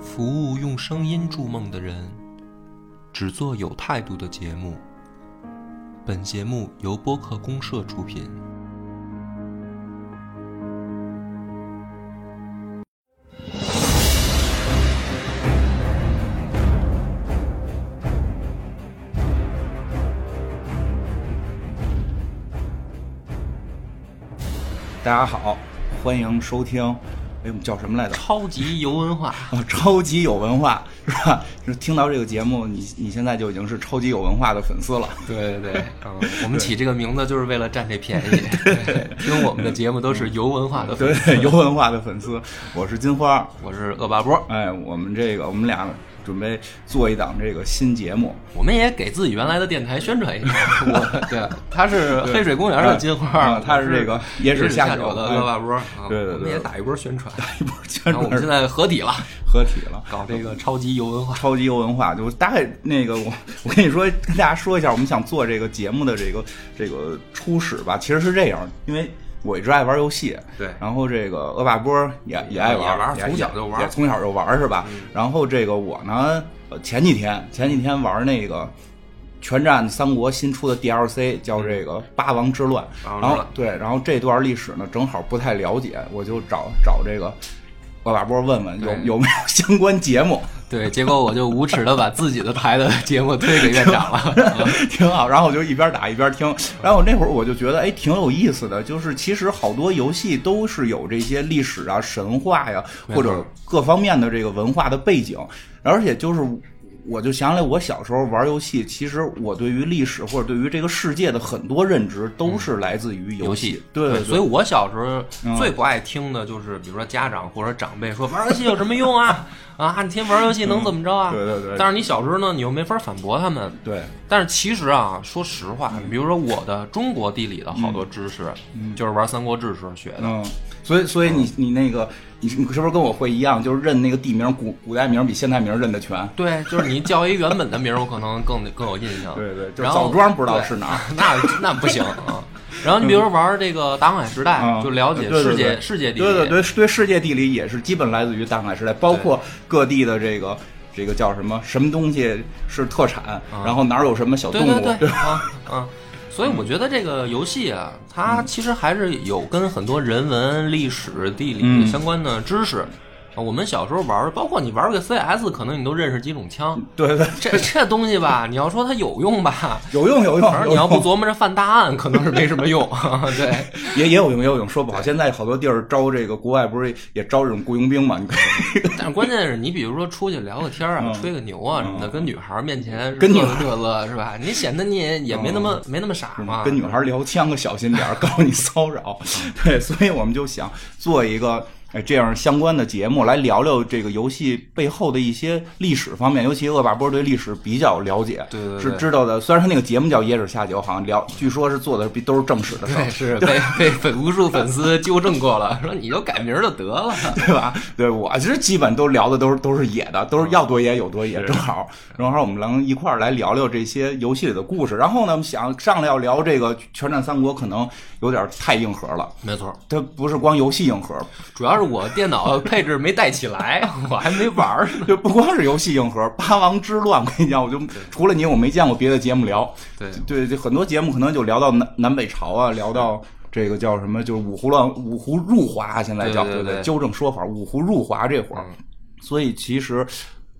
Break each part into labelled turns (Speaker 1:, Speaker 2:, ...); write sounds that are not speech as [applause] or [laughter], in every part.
Speaker 1: 服务用声音筑梦的人，只做有态度的节目。本节目由播客公社出品。
Speaker 2: 大家好，欢迎收听，哎，我们叫什么来着？ [laughs]
Speaker 1: 超级游文化，
Speaker 2: 啊，超级有文化是吧？就是听到这个节目，你你现在就已经是超级有文化的粉丝了。
Speaker 1: [laughs]
Speaker 2: [laughs]
Speaker 1: 对 [laughs] 对对，嗯，我们起这个名字就是为了占这 [laughs] 便宜。对听我们的节目都是游文化的粉
Speaker 2: 对
Speaker 1: 丝，，
Speaker 2: 有文化的粉丝，我是金花。
Speaker 1: 我是恶霸波。
Speaker 2: 哎，我们这个我们俩准备做一档这个新节目，
Speaker 1: 我们也给自己原来的电台宣传一下。 [laughs] 我对，他是黑水公园的金花
Speaker 2: 啊，他是这个
Speaker 1: 也
Speaker 2: 野
Speaker 1: 是
Speaker 2: 史
Speaker 1: 下
Speaker 2: 下
Speaker 1: 酒
Speaker 2: 酒
Speaker 1: 的
Speaker 2: 哎的
Speaker 1: 恶霸波。啊
Speaker 2: 对对对
Speaker 1: 我们也打一波宣 [laughs] 传。
Speaker 2: 一波宣
Speaker 1: 然后我们
Speaker 2: 传
Speaker 1: 现在合 [laughs] 体了，
Speaker 2: 合体了。
Speaker 1: 搞这个超级游文化。
Speaker 2: 超级有文化，就大概那个我我跟你说，跟大家说一下，我们想做这个节目的这个这个初始吧，其实是这样，因为我一直爱玩游戏，
Speaker 1: 对
Speaker 2: 然后这个恶霸波也
Speaker 1: 也
Speaker 2: 爱
Speaker 1: 也玩
Speaker 2: 玩，也
Speaker 1: 从小就玩嗯
Speaker 2: 也从小就玩是吧？然后这个我呢，呃前几天前几天玩那个。全战三国新出的 DLC 叫这个八王之乱，
Speaker 1: 八王之
Speaker 2: 然后
Speaker 1: 乱
Speaker 2: 对，然后这段历史呢正好不太了解，我就找找这个恶霸波问问有
Speaker 1: 对
Speaker 2: 有没有相关节目，
Speaker 1: 对，结果我就无耻的把自己的台的节目推给院长
Speaker 2: [laughs]
Speaker 1: 了。嗯
Speaker 2: 挺好。然后我就一边打一边听，然后我那会儿我就觉得，哎，挺有意思的。就是其实好多游戏都是有这些历史啊、神话呀，
Speaker 1: 没错
Speaker 2: 或者各方面的这个文化的背景，而且就是。我就想起来，我小时候玩游戏，其实我对于历史或者对于这个世界的很多认知都是来自于嗯游戏。对对
Speaker 1: 所以我小时候
Speaker 2: 嗯
Speaker 1: 最不爱听的就是，比如说家长或者长辈说玩游戏有什么用啊？啊，你天玩游戏能怎么着啊？
Speaker 2: 嗯对对对
Speaker 1: 但是你小时候呢，你又没法反驳他们。
Speaker 2: 对，嗯
Speaker 1: 但是其实啊，说实话，比如说我的中国地理的好多知识，就是玩《三国志》时候学的。
Speaker 2: 嗯，所以所以你你那个你你是不是跟我会一样，就是认那个地名古古代名比现代名认得全？
Speaker 1: 对，就是你叫一原本的名儿，我可能更更有印象。
Speaker 2: 对对，就是
Speaker 1: 然后
Speaker 2: 枣庄不知道
Speaker 1: 对
Speaker 2: 是哪儿。
Speaker 1: [laughs] 那那不行啊。然后你比如说玩这个《大航海时代》
Speaker 2: 啊
Speaker 1: 就了解
Speaker 2: 对对
Speaker 1: 世界
Speaker 2: 对
Speaker 1: 世界地理。
Speaker 2: 对对对，对世界地理也是基本来自于大航海时代，包括各地的这个这个叫什么什么东西是特产，然后哪儿有什么小动
Speaker 1: 对
Speaker 2: 物，
Speaker 1: 啊对对
Speaker 2: 对
Speaker 1: 啊啊！所以我觉得这个游戏啊，它
Speaker 2: 嗯
Speaker 1: 其实还是有跟很多人文、历史、地理
Speaker 2: 嗯
Speaker 1: 相关的知识。啊我们小时候玩儿，包括你玩个 CS，可能你都认识几种枪。
Speaker 2: [laughs] 对对，
Speaker 1: 这这东西吧，你要说它有用吧，
Speaker 2: 有用有用，
Speaker 1: 反正
Speaker 2: 有
Speaker 1: 你要不
Speaker 2: 用
Speaker 1: 琢磨着犯大案，可能是没什么用。啊对，
Speaker 2: 也也有用也有用，说不好，现在好多地儿招这个国外不是也招这种雇佣兵
Speaker 1: [laughs]
Speaker 2: 嘛？你看
Speaker 1: 但是关键是你比如说出去聊个天儿啊，
Speaker 2: 嗯
Speaker 1: 吹个牛啊什么的，跟女孩儿面前
Speaker 2: 跟女
Speaker 1: 乐
Speaker 2: 孩儿嗯
Speaker 1: 乐乐是吧？你显得你也也没那么没那么傻嘛。
Speaker 2: 啊跟女孩聊枪可小
Speaker 1: [laughs]
Speaker 2: 心点儿，告诉你骚扰。
Speaker 1: 嗯
Speaker 2: 对，所以我们就想做一个。哎，这样相关的节目来聊聊这个游戏背后的一些历史方面，尤其恶霸波对历史比较了解，
Speaker 1: 对对对
Speaker 2: 是知道的。虽然他那个节目叫《野史下酒》，好像聊，据说是做的比都是正史的事儿
Speaker 1: 对，，是被
Speaker 2: [laughs]
Speaker 1: 被粉无数粉丝纠正过了，说你就改名儿就得了。
Speaker 2: 对吧？对我其实基本都聊的都是都是野的，
Speaker 1: 嗯
Speaker 2: 都是要多野有多野，正好正好我们能一块儿来聊聊这些游戏里的故事。然后呢，我们想上来要聊这个《全战三国》，可能有点太硬核了。
Speaker 1: 没错，
Speaker 2: 它不是光游戏硬核，
Speaker 1: [laughs] 主要是我电脑配置没带起来，我还没玩儿呢。
Speaker 2: 就不光是游戏硬核，八王之乱，我跟你讲，我就除了你，我没见过别的节目聊。
Speaker 1: [laughs] 对
Speaker 2: 对，就很多节目可能就聊到南南北朝啊，聊到这个叫什么，就是五胡乱五胡入华啊，现在叫
Speaker 1: 对对
Speaker 2: 对
Speaker 1: 对嗯
Speaker 2: 纠正说法，五胡入华这会儿，所以其实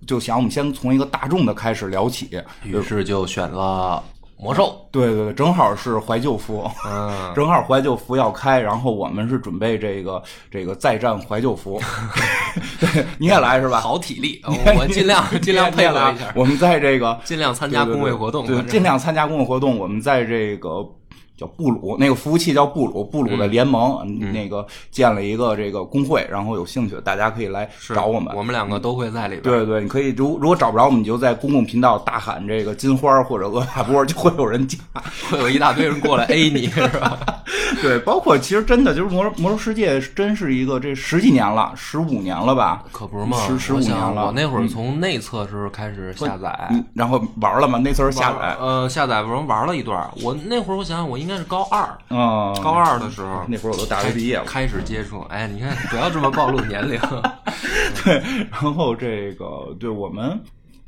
Speaker 2: 就想我们先从一个大众的开始聊起。
Speaker 1: 于是就选了魔兽。
Speaker 2: 对对对，正好是怀旧服。
Speaker 1: 嗯，
Speaker 2: 正好怀旧服要开，然后我们是准备这个这个再战怀
Speaker 1: [laughs]
Speaker 2: 旧服，对，你也来是吧？
Speaker 1: 好体力， [laughs] 我尽
Speaker 2: [laughs]
Speaker 1: 量尽量配合一下，
Speaker 2: 我们在这个
Speaker 1: 尽量参加工会活动。啊
Speaker 2: 对对对
Speaker 1: 反正
Speaker 2: 尽量参加工会活动。我们在这个叫布鲁那个服务器叫布鲁布鲁的联盟，
Speaker 1: 嗯
Speaker 2: 嗯那个建了一个这个工会，然后有兴趣的大家可以来
Speaker 1: 是
Speaker 2: 找我们。
Speaker 1: 我们两个都会在里边。
Speaker 2: 对对，你可以，如如果找不着，我们就在公共频道大喊这个金花或者恶霸波，就会有人加。 [laughs]
Speaker 1: 会有一大堆人过来 A 你，是吧？
Speaker 2: 对，包括其实真的就是魔兽魔兽世界，真是一个这十几年了，十五年了吧？
Speaker 1: 可不是嘛，
Speaker 2: 十十
Speaker 1: 我
Speaker 2: 五年
Speaker 1: 想
Speaker 2: 了。嗯
Speaker 1: 我那会儿从内测时候开始下载，
Speaker 2: 嗯然后玩了吗？那次是下载
Speaker 1: 玩，呃，下载不是玩了一段儿。我那会儿我想想，我应应该是高二，
Speaker 2: 啊，
Speaker 1: 高二的时候
Speaker 2: 那会儿我都大学毕业了。
Speaker 1: 开始接触。哎，你看，不要这么暴露年龄。 [laughs]
Speaker 2: 对，然后这个对我们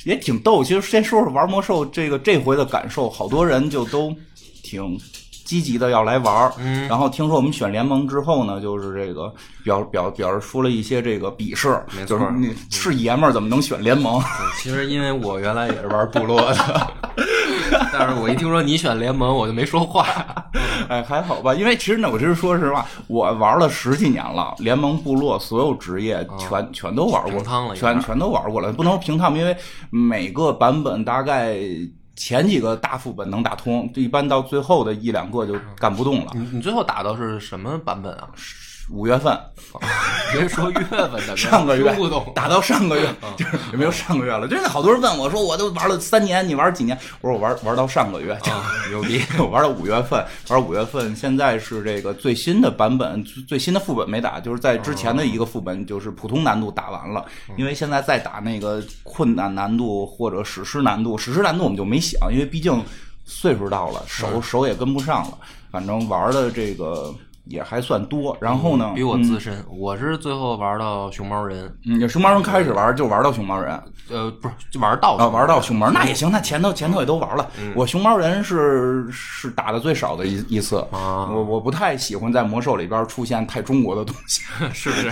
Speaker 2: 也挺逗。其实先说说玩魔兽这个这回的感受，好多人就都挺积极的要来玩儿。
Speaker 1: 嗯
Speaker 2: 然后听说我们选联盟之后呢，就是这个表表表示出了一些这个鄙视，
Speaker 1: 没
Speaker 2: 就
Speaker 1: 错嗯
Speaker 2: 是你是爷们儿怎么能选联盟？
Speaker 1: 对其实因为我原来也是玩部落的， [laughs] 但是我一听说你选联盟，我就没说话。 [laughs]
Speaker 2: [laughs] 哎，还好吧，因为其实呢，我就是说实话，我玩了十几年了，联盟部落所有职业全、全都玩过，
Speaker 1: 平啊趟了一下
Speaker 2: 全全都玩过了，不能说平趟，因为每个版本大概。前几个大副本能打通，一般到最后的一两个就
Speaker 1: 嗯
Speaker 2: 干不动了。
Speaker 1: 你你最后打到是什么版本啊？ [laughs]
Speaker 2: 五月份，
Speaker 1: 别说月份的，
Speaker 2: 上个月
Speaker 1: 听不嗯懂。
Speaker 2: 打到上个月，就是有没有上个月了？真的好多人问我说，我都玩了三年，你玩几年？我说我玩玩到上个月，就
Speaker 1: 啊，牛逼！
Speaker 2: [laughs] 我玩到五月份，玩到五月份，现在是这个最新的版本，最最新的副本没打，就是在之前的一个副本，就是普通难度打完了，
Speaker 1: 哦
Speaker 2: 因为现在再打那个困难难度或者史诗难度，史诗难度我们就没想，因为毕竟岁数到了，
Speaker 1: 嗯
Speaker 2: 手手也跟不上了，反正玩的这个也还算多。然后呢，
Speaker 1: 嗯比我资深，我是最后玩到熊猫人，
Speaker 2: 嗯，熊猫人开始玩就玩到熊猫人，
Speaker 1: 呃，不是就玩到
Speaker 2: 啊，玩到熊猫那也行，那前头前头也都玩了。我熊猫人是是打的最少的一一次，
Speaker 1: 啊
Speaker 2: 我我不太喜欢在魔兽里边出现太中国的东西，
Speaker 1: [laughs] 是不
Speaker 2: [laughs]
Speaker 1: 是？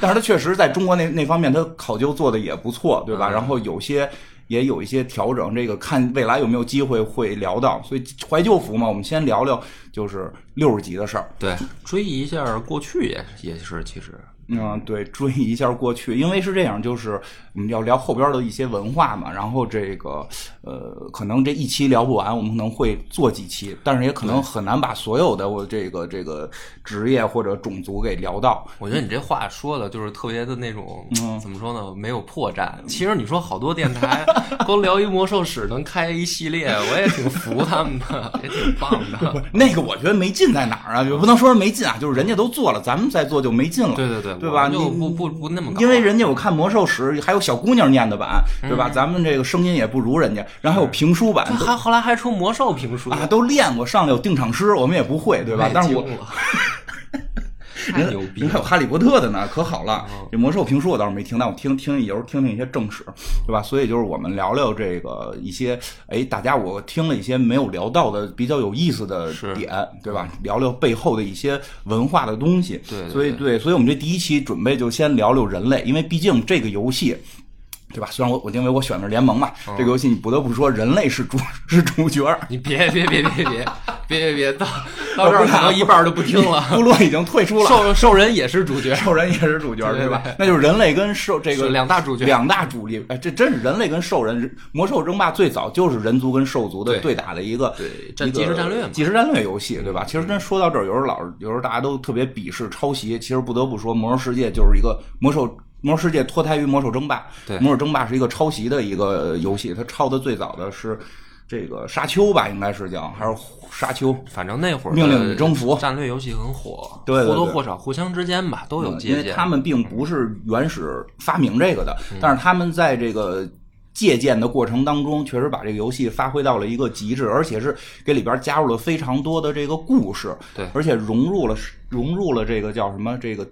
Speaker 2: 但是它确实在中国那那方面它考究做的也不错，对吧？然后有些。也有一些调整，这个看未来有没有机会会聊到，所以怀旧服嘛，我们先聊聊就是六十级的事儿。
Speaker 1: 对，追忆一下过去也也是，其实
Speaker 2: 嗯，对， [laughs] 追忆一下过去，因为是这样，就是我们要聊后边的一些文化嘛，然后这个呃，可能这一期聊不完，我们可能会做几期，但是也可能很难把所有的我这个这个职业或者种族给聊到。
Speaker 1: 我觉得你这话说的就是特别的那种，
Speaker 2: 嗯
Speaker 1: 怎么说呢？没有破绽。其实你说好多电台光聊一魔兽史能开一系列，我也挺服他们的，也挺棒的。
Speaker 2: 那个 [laughs] 我觉得没劲在哪儿啊？也不能说没劲啊，就是人家都做了，咱们再做就没劲了。
Speaker 1: 对对对，
Speaker 2: 对吧？
Speaker 1: 我
Speaker 2: 你
Speaker 1: 就不不不那么搞，
Speaker 2: 因为人家我看魔兽史还有小姑娘念的版，对
Speaker 1: 嗯
Speaker 2: 吧？咱们这个声音也不如人家，然后还有评书版。
Speaker 1: 还后来还出魔兽评书，
Speaker 2: 啊，都练过，上来有定场诗，我们也不会，对吧？但是我
Speaker 1: 太精了太牛逼
Speaker 2: 人还
Speaker 1: 了哦
Speaker 2: 有哈利波特的呢，可好了。这魔兽评书我倒是没听，但我听听有时候听听一些正史，对吧？所以就是我们聊聊这个一些，哎，大家我听了一些没有聊到的比较有意思的
Speaker 1: 是
Speaker 2: 点，对吧？聊聊背后的一些文化的东西。
Speaker 1: 对对
Speaker 2: 所以对，所以我们这第一期准备就先聊聊人类，因为毕竟这个游戏。对吧？虽然我我因为我选的是联盟嘛，
Speaker 1: 哦
Speaker 2: 这个游戏你不得不说人类是主 [laughs] 是主角儿，
Speaker 1: 你别别别别别别别别
Speaker 2: [laughs]
Speaker 1: 到到这儿可能一半儿都不听了。
Speaker 2: 部落已经退出了，
Speaker 1: 兽兽人也是主角，
Speaker 2: 兽人也是主角，
Speaker 1: 对对
Speaker 2: 吧
Speaker 1: 对？
Speaker 2: 那就是人类跟兽这个
Speaker 1: 是两大主角
Speaker 2: 两大主力。哎，这真是人类跟兽人，魔兽争霸最早就是人族跟兽族的
Speaker 1: 对
Speaker 2: 对打的一个
Speaker 1: 对
Speaker 2: 一个
Speaker 1: 战即时战略嘛嗯
Speaker 2: 即时战略游戏，对吧？其实真说到这儿，有时候老有时候大家都特别鄙视抄袭，其实不得不说，魔兽世界就是一个魔兽。魔兽世界脱胎于魔兽争霸，
Speaker 1: 对
Speaker 2: 魔兽争霸是一个抄袭的一个呃游戏，它抄的最早的是这个沙丘吧，应该是叫还是沙丘？
Speaker 1: 反正那会儿
Speaker 2: 命令与征服
Speaker 1: 战略游戏很火，
Speaker 2: 对对对嗯
Speaker 1: 或多或少互相之间吧都有借
Speaker 2: 呃因
Speaker 1: 鉴。嗯
Speaker 2: 为他们并不是原始发明这个的，但是他们在这个。借鉴的过程当中，确实把这个游戏发挥到了一个极致，而且是给里边加入了非常多的这个故事，
Speaker 1: 对
Speaker 2: 而且融入了融入了这个叫什么这个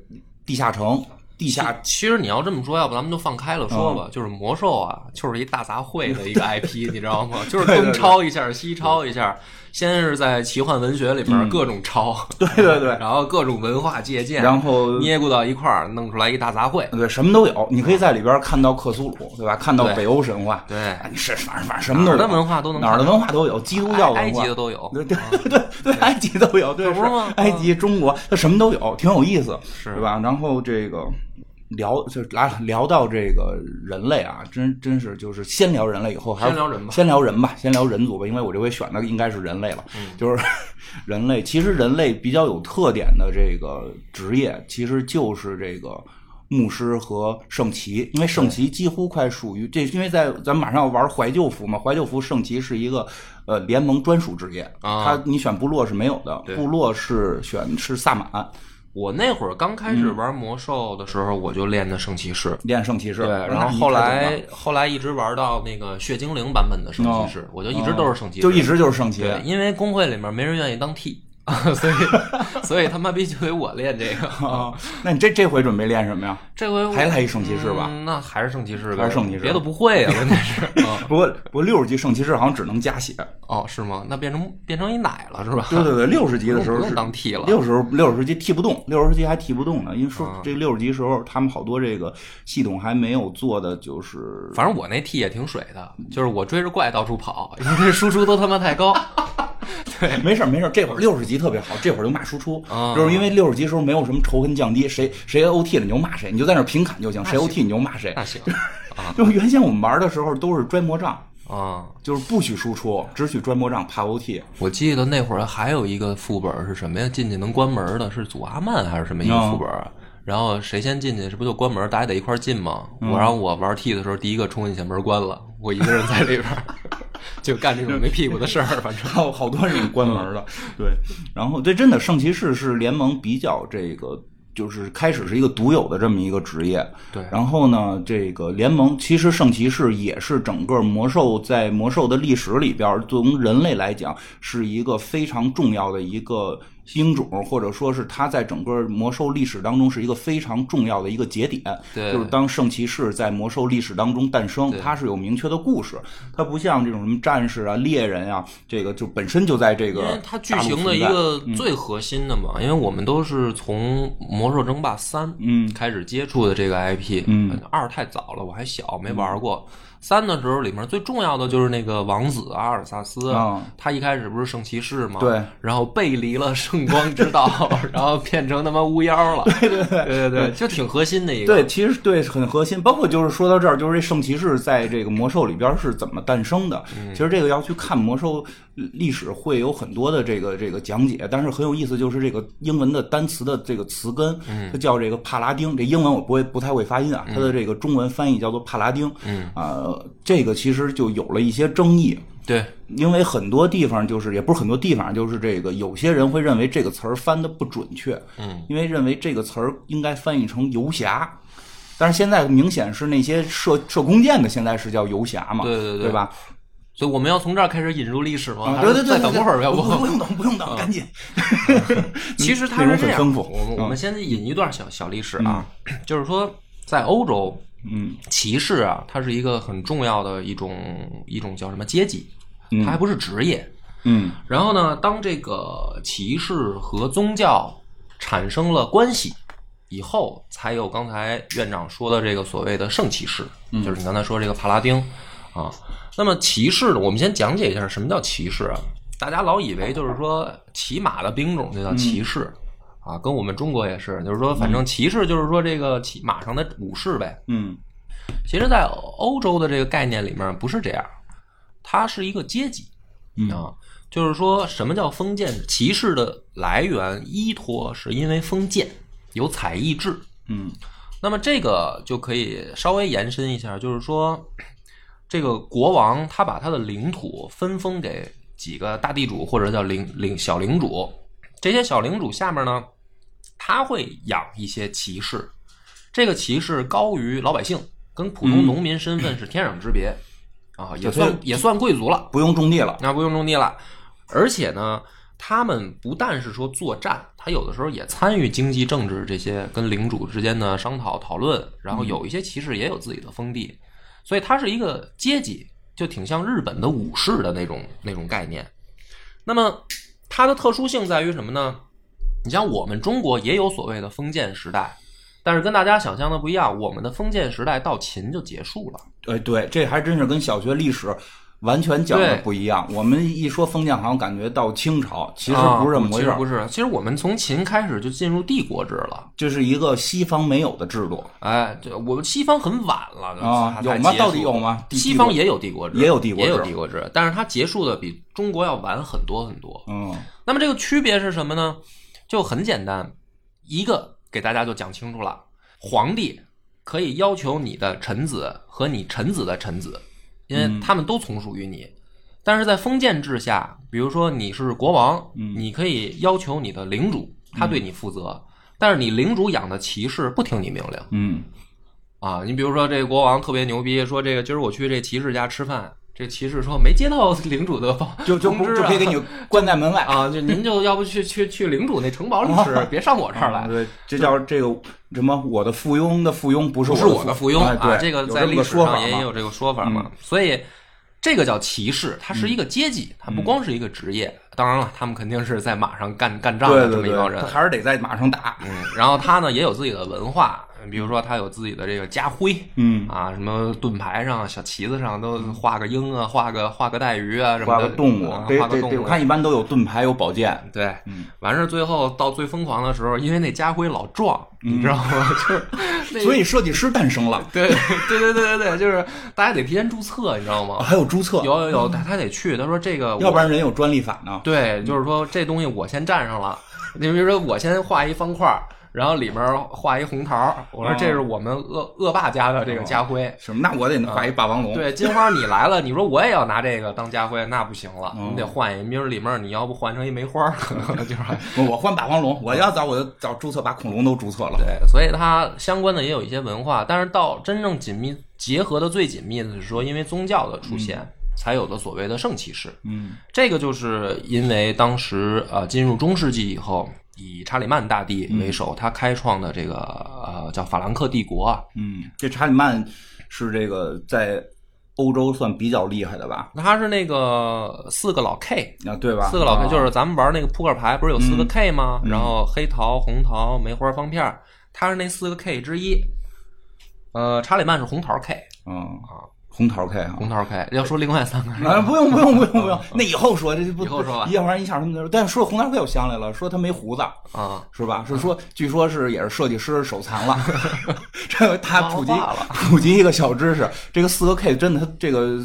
Speaker 2: 地下城、地下
Speaker 1: 其实你要这么说，要不咱们就放开了说
Speaker 2: 嗯
Speaker 1: 吧。就是魔兽啊，就是一大杂烩的一个
Speaker 2: [laughs]
Speaker 1: IP，你知道吗？就是
Speaker 2: 对对
Speaker 1: 东抄一下，西抄一下。先是在奇幻文学里边各种抄，对
Speaker 2: 嗯 [laughs] 对对
Speaker 1: [laughs] 然后各种文化借鉴，
Speaker 2: 然后嗯
Speaker 1: 捏咕到一块儿，弄出来一大杂烩。
Speaker 2: 对，什么都有，你可以在里边看到克苏鲁，对吧？看到
Speaker 1: 对
Speaker 2: 北欧神话，
Speaker 1: 对
Speaker 2: 啊你是反正反正什么都有，
Speaker 1: 哪儿的文化都能
Speaker 2: 哪儿的文化都有，基督教文化、
Speaker 1: 埃及的都有，
Speaker 2: 对对 [laughs] 对对，埃及都有，对
Speaker 1: 可
Speaker 2: 是
Speaker 1: 不是吗
Speaker 2: 埃及、中国，它什么都有，挺有意思，
Speaker 1: 是
Speaker 2: 对吧？然后这个聊就来聊到这个人类啊，真真是就是先聊人类，以后还是
Speaker 1: 先聊人吧
Speaker 2: 先聊人吧，先聊人族吧，因为我这回选的应该是人类了，
Speaker 1: 嗯
Speaker 2: 就是人类。 [laughs] 其实人类比较有特点的这个职业，其实就是这个。牧师和圣骑，因为圣骑几乎快属于这，因为在咱们马上要玩怀旧服嘛，怀旧服圣骑是一个呃联盟专属职业，
Speaker 1: 啊
Speaker 2: 它你选部落是没有的，
Speaker 1: 对
Speaker 2: 部落是选是萨满，
Speaker 1: 我那会儿刚开始
Speaker 2: 嗯
Speaker 1: 玩魔兽的时候，我就练的圣骑士，
Speaker 2: 练圣骑士，
Speaker 1: 对，然后后来后来一直玩到那个血精灵版本的圣骑士，我就一直都是圣骑士，
Speaker 2: 哦就一直就是圣骑，
Speaker 1: 对，因为工会里面没人愿意当 T。所 [laughs] 以，所以他妈逼就得我练这个。
Speaker 2: 哦、那你这这回准备练什么呀？
Speaker 1: 这回
Speaker 2: 还来一圣骑士吧、
Speaker 1: 嗯？那还是圣骑士，
Speaker 2: 还是圣骑士，
Speaker 1: 别的不会呀、啊，关键是。哦、
Speaker 2: 不过，不过六十级圣骑士好像只能加血。
Speaker 1: 哦，是吗？那变成变成一奶了是吧？
Speaker 2: 对对对，六十级的时候是
Speaker 1: 当 T 了。
Speaker 2: 六十六十级踢不动，六十级还踢不动呢，因为说这六十级时候他们好多这个系统还没有做的，就是。
Speaker 1: 反正我那 T 也挺水的，就是我追着怪到处跑，因为输出都他妈太高。 [laughs] 对，
Speaker 2: 没事没事，这会儿六十级特别好，这会儿就骂输出，嗯、就是因为六十级时候没有什么仇恨降低，谁谁 OT 了你就骂谁，你就在那平砍就行，谁 OT 你就骂谁。
Speaker 1: 那行，
Speaker 2: 就原先我们玩的时候都是专魔杖。
Speaker 1: 啊，
Speaker 2: 就是不许输出，只许专魔杖，怕 OT。
Speaker 1: 我记得那会儿还有一个副本是什么呀？进去能关门的，是祖阿曼还是什么一个副本？
Speaker 2: 嗯
Speaker 1: 然后谁先进去，这不就关门？大家得一块进吗？
Speaker 2: 嗯、
Speaker 1: 我让我玩 T 的时候，第一个冲进去，门关了，我一个人在里边， [laughs] 就干这种没屁股的事儿。反正
Speaker 2: 好好多人关门的，对。然后这真的圣骑士是联盟比较这个。就是开始是一个独有的这么一个职业，
Speaker 1: 对。
Speaker 2: 然后呢，这个联盟其实圣骑士也是整个魔兽在魔兽的历史里边，从人类来讲是一个非常重要的一个英种，或者说是它在整个魔兽历史当中是一个非常重要的一个节点。
Speaker 1: 对，
Speaker 2: 就是当圣骑士在魔兽历史当中诞生，它是有明确的故事，它不像这种什么战士啊、猎人啊，这个就本身就在这个
Speaker 1: 它剧情的一个最核心的嘛，嗯、因为我们都是从魔。魔兽争霸三，
Speaker 2: 嗯，
Speaker 1: 开始接触的这个 IP，
Speaker 2: 嗯，
Speaker 1: 二太早了，我还小，没玩过。三的时候，里面最重要的就是那个王子阿尔萨斯，啊
Speaker 2: 哦、
Speaker 1: 他一开始不是圣骑士嘛，
Speaker 2: 对，
Speaker 1: 然后背离了圣光之道，
Speaker 2: [laughs]
Speaker 1: 然后变成他妈巫妖了，
Speaker 2: 对对对
Speaker 1: 对对，就挺核心的一
Speaker 2: 个。对，其实对很核心。包括就是说到这儿，就是这圣骑士在这个魔兽里边是怎么诞生的。
Speaker 1: 嗯、
Speaker 2: 其实这个要去看魔兽历史，会有很多的这个这个讲解，但是很有意思，就是这个英文的单词的这个词根，
Speaker 1: 嗯、
Speaker 2: 它叫这个帕拉丁，这英文我不会不太会发音啊，它的这个中文翻译叫做帕拉丁，
Speaker 1: 嗯
Speaker 2: 啊。呃这个其实就有了一些争议，
Speaker 1: 对，
Speaker 2: 因为很多地方就是也不是很多地方，就是这个有些人会认为这个词儿翻的不准确，
Speaker 1: 嗯，
Speaker 2: 因为认为这个词儿应该翻译成游侠，但是现在明显是那些射射弓箭的现在是叫游侠嘛，
Speaker 1: 对对哦
Speaker 2: 对，
Speaker 1: 对
Speaker 2: 吧？啊
Speaker 1: 所以我们要从这儿开始引入历史吗？
Speaker 2: 对对对，
Speaker 1: 等会儿呗，
Speaker 2: 不不用等，不用
Speaker 1: 嗯
Speaker 2: 等，赶紧。嗯
Speaker 1: 其实它是这样，
Speaker 2: 我
Speaker 1: 们我们先引一段小小历史啊， [clears throat] 就是说在欧洲。
Speaker 2: 嗯，
Speaker 1: 骑士啊，它是一个很重要的一种一种叫什么阶级，
Speaker 2: 嗯、
Speaker 1: 它还不是职业。
Speaker 2: 嗯，
Speaker 1: 然后呢，当这个骑士和宗教产生了关系以后，才有刚才院长说的这个所谓的圣骑士，
Speaker 2: 嗯、
Speaker 1: 就是你刚才说这个帕拉丁啊。那么骑士呢，我们先讲解一下什么叫骑士啊？大家老以为就是说骑马的兵种就叫骑士。
Speaker 2: 嗯
Speaker 1: 啊，跟我们中国也是，就是说，反正骑士就是说这个骑马上的武士呗。
Speaker 2: 嗯，
Speaker 1: 其实，在欧洲的这个概念里面不是这样，它是一个阶级啊，
Speaker 2: 嗯、
Speaker 1: 就是说什么叫封建？骑士的来源依托是因为封建有采邑制。
Speaker 2: 嗯，
Speaker 1: 那么这个就可以稍微延伸一下，就是说， [clears throat] 这个国王他把他的领土分封给几个大地主或者叫领领小领主，这些小领主下面呢。他会养一些骑士，这个骑士高于老百姓，跟普通农民身份是天壤之别，
Speaker 2: 嗯、
Speaker 1: 啊，也算也算贵族了，
Speaker 2: 不用种地了，
Speaker 1: 那、啊、不用种地了。而且呢，他们不但是说作战，他有的时候也参与经济、政治这些跟领主之间的商讨讨论。然后有一些骑士也有自己的封地，
Speaker 2: 嗯、
Speaker 1: 所以它是一个阶级，就挺像日本的武士的那种那种概念。那么它的特殊性在于什么呢？你像我们中国也有所谓的封建时代，但是跟大家想象的不一样。我们的封建时代到秦就结束了。
Speaker 2: 哎，对，这还真是跟小学历史完全讲的不一样。我们一说封建，好像感觉到清朝，其实不是这么回事。
Speaker 1: 啊、不是，其实我们从秦开始就进入帝国制了，
Speaker 2: 这是一个西方没有的制度。
Speaker 1: 哎，对，我们西方很晚了
Speaker 2: 啊，有吗？到底有吗？
Speaker 1: 西方也有帝国制，
Speaker 2: 也有
Speaker 1: 帝
Speaker 2: 国，也
Speaker 1: 有帝国制，但是它结束的比中国要晚很多很多。
Speaker 2: 嗯，
Speaker 1: 那么这个区别是什么呢？就很简单，一个给大家就讲清楚了。皇帝可以要求你的臣子和你臣子的臣子，因为他们都从属于你。
Speaker 2: 嗯、
Speaker 1: 但是在封建制下，比如说你是国王，
Speaker 2: 嗯、
Speaker 1: 你可以要求你的领主，他对你负责。
Speaker 2: 嗯、
Speaker 1: 但是你领主养的骑士不听你命令
Speaker 2: 嗯
Speaker 1: 啊。你比如说这个国王特别牛逼，说这个今儿我去这骑士家吃饭，这骑士说没接到领主的报，
Speaker 2: 就就
Speaker 1: 通
Speaker 2: 不
Speaker 1: 知
Speaker 2: 就
Speaker 1: 啊
Speaker 2: 可以给你关在门外。
Speaker 1: 啊，就您就要不去去去领主那城堡里
Speaker 2: [laughs]
Speaker 1: 吃，别上我这儿来。
Speaker 2: 对，这叫这个什么？我的附庸的附庸不是
Speaker 1: 不是我的
Speaker 2: 的
Speaker 1: 附庸
Speaker 2: 哎
Speaker 1: 啊，
Speaker 2: 对，
Speaker 1: 这个
Speaker 2: 有
Speaker 1: 在
Speaker 2: 么
Speaker 1: 历史
Speaker 2: 说法
Speaker 1: 上也
Speaker 2: 嘛嗯
Speaker 1: 有这个说法嘛，所以这个叫骑士，它是一个阶级，它不
Speaker 2: 嗯
Speaker 1: 光是一个职业。当然了，他们肯定是在马上干干仗
Speaker 2: 对
Speaker 1: 的这
Speaker 2: 对
Speaker 1: 么一
Speaker 2: 对
Speaker 1: 帮人
Speaker 2: 他。还是得在马上打。
Speaker 1: 嗯，然后他呢也有自己的文化，比如说他有自己的这个家徽
Speaker 2: 嗯，
Speaker 1: 啊，什么盾牌上、小旗子上都画个鹰啊，画个画个带鱼啊什么
Speaker 2: 画
Speaker 1: 的，
Speaker 2: 个动物
Speaker 1: 啊，
Speaker 2: 这
Speaker 1: 画个
Speaker 2: 这
Speaker 1: 动
Speaker 2: 这，
Speaker 1: 物
Speaker 2: 我。看一般都有盾牌，有宝剑。
Speaker 1: 对，
Speaker 2: 嗯
Speaker 1: 完事儿最后到最疯狂的时候，因为那家徽老撞，你知道吗？ [laughs] 就是那
Speaker 2: 嗯所以设计师诞生了，
Speaker 1: 对对对对对对，就是大家得提前注册，你知道
Speaker 2: [laughs]
Speaker 1: 吗？
Speaker 2: 还有注册，
Speaker 1: 有有有，他他得去。他说这个我，
Speaker 2: 要不然人嗯有专利法呢。
Speaker 1: 对，就是说这东西我先占上了。你 [laughs] 比如说，我先画一方块儿，然后里面画一红桃儿，我说
Speaker 2: 哦
Speaker 1: 这是我们恶恶霸家的这个家徽。
Speaker 2: 什么？那我得画一霸王龙。
Speaker 1: 啊对，金花你来了，你说我也要拿这个当家徽，那不行了，
Speaker 2: 哦
Speaker 1: 你得换一名儿，里面你要不换成一梅花儿， [laughs] 可能就是
Speaker 2: 我我换霸王龙，我要早我就早注册把恐龙都注册了。
Speaker 1: 对，所以它相关的也有一些文化，但是到真正紧密结合的最紧密的是说，因为宗教的出现，才有的所谓的圣骑士。
Speaker 2: 嗯
Speaker 1: 这个就是因为当时呃进入中世纪以后，以查理曼大帝为首，他开创的这个呃叫法兰克帝国啊，
Speaker 2: 嗯，这查理曼是这个在欧洲算比较厉害的吧？
Speaker 1: 那他是那个四个老 K。
Speaker 2: 啊，对吧？
Speaker 1: 四个老 K
Speaker 2: 啊
Speaker 1: 就是咱们玩那个扑克牌，不是有四个 K 吗？然后黑桃、红桃、梅花、方片儿，他是那四个 K 之一。呃，查理曼是红桃 K，
Speaker 2: 嗯红桃 K 啊。
Speaker 1: 红桃 K。要说另外三个人，
Speaker 2: 啊，不用不用不用
Speaker 1: [laughs]
Speaker 2: 不用，那以后说这就不
Speaker 1: 以后说吧
Speaker 2: 要不然一下他们就说，但是说红桃 K 我想起来了，说他没胡子
Speaker 1: 啊，
Speaker 2: 是吧？是说据说是也是设计师手残了， [laughs] 这个他普及
Speaker 1: 画了
Speaker 2: [laughs] 普及一个小知识，这个四个 K 真的他这个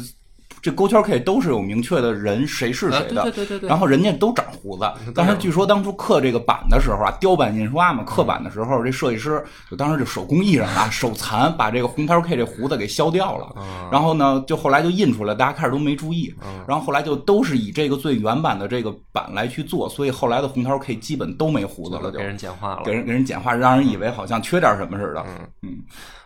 Speaker 2: 这勾圈 K 都是有明确的人谁是
Speaker 1: 啊
Speaker 2: 谁
Speaker 1: 对
Speaker 2: 的，
Speaker 1: 对对对对
Speaker 2: 然后人家都长胡子。当时据说当初刻这个版的时候啊，雕版印刷嘛，刻版的时候，这设计师就当时就手工艺人啊，手残把这个红桃 K 这胡子给削掉了。然后呢，就后来就印出来，大家开始都没注意。然后后来就都是以这个最原版的这个版来去做，所以后来的红桃 K 基本都没胡子了，就
Speaker 1: 啊给人简化了
Speaker 2: 给。人给人简化，让人以为好像缺点什么似的。嗯，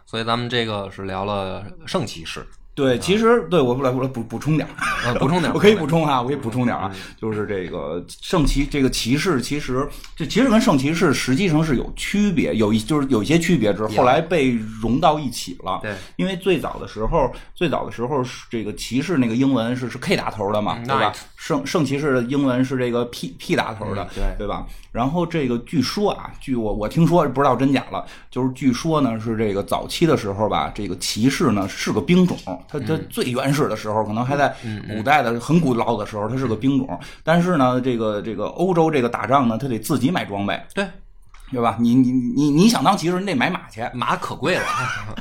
Speaker 1: 所以咱们这个是聊了圣骑士，
Speaker 2: 对，其实对我来我来补补充点儿。
Speaker 1: 呃，啊补充点儿，
Speaker 2: [laughs]
Speaker 1: 嗯
Speaker 2: 我可以补充啊，我可以补充点啊，就是这个圣骑这个骑士，其实这其实跟圣骑士实际上是有区别，有一就是有一些区别之后，后来被融到一起了。
Speaker 1: 对，
Speaker 2: 因为最早的时候，最早的时候是这个骑士那个英文是是 K 打头的嘛，
Speaker 1: 嗯
Speaker 2: 对吧
Speaker 1: Knight？
Speaker 2: 圣圣骑士的英文是这个 P P 打头的
Speaker 1: 嗯，对
Speaker 2: 对吧？然后这个据说啊，据我我听说不知道真假了，就是据说呢是这个早期的时候吧，这个骑士呢是个兵种，它它
Speaker 1: 嗯
Speaker 2: 最原始的时候可能还在古代的很古老的时候，它是个兵种。但是呢，这个这个欧洲这个打仗呢，他得自己买装备，
Speaker 1: 对，
Speaker 2: 对吧？你你你你想当骑士，你得买马去，
Speaker 1: 马可贵了，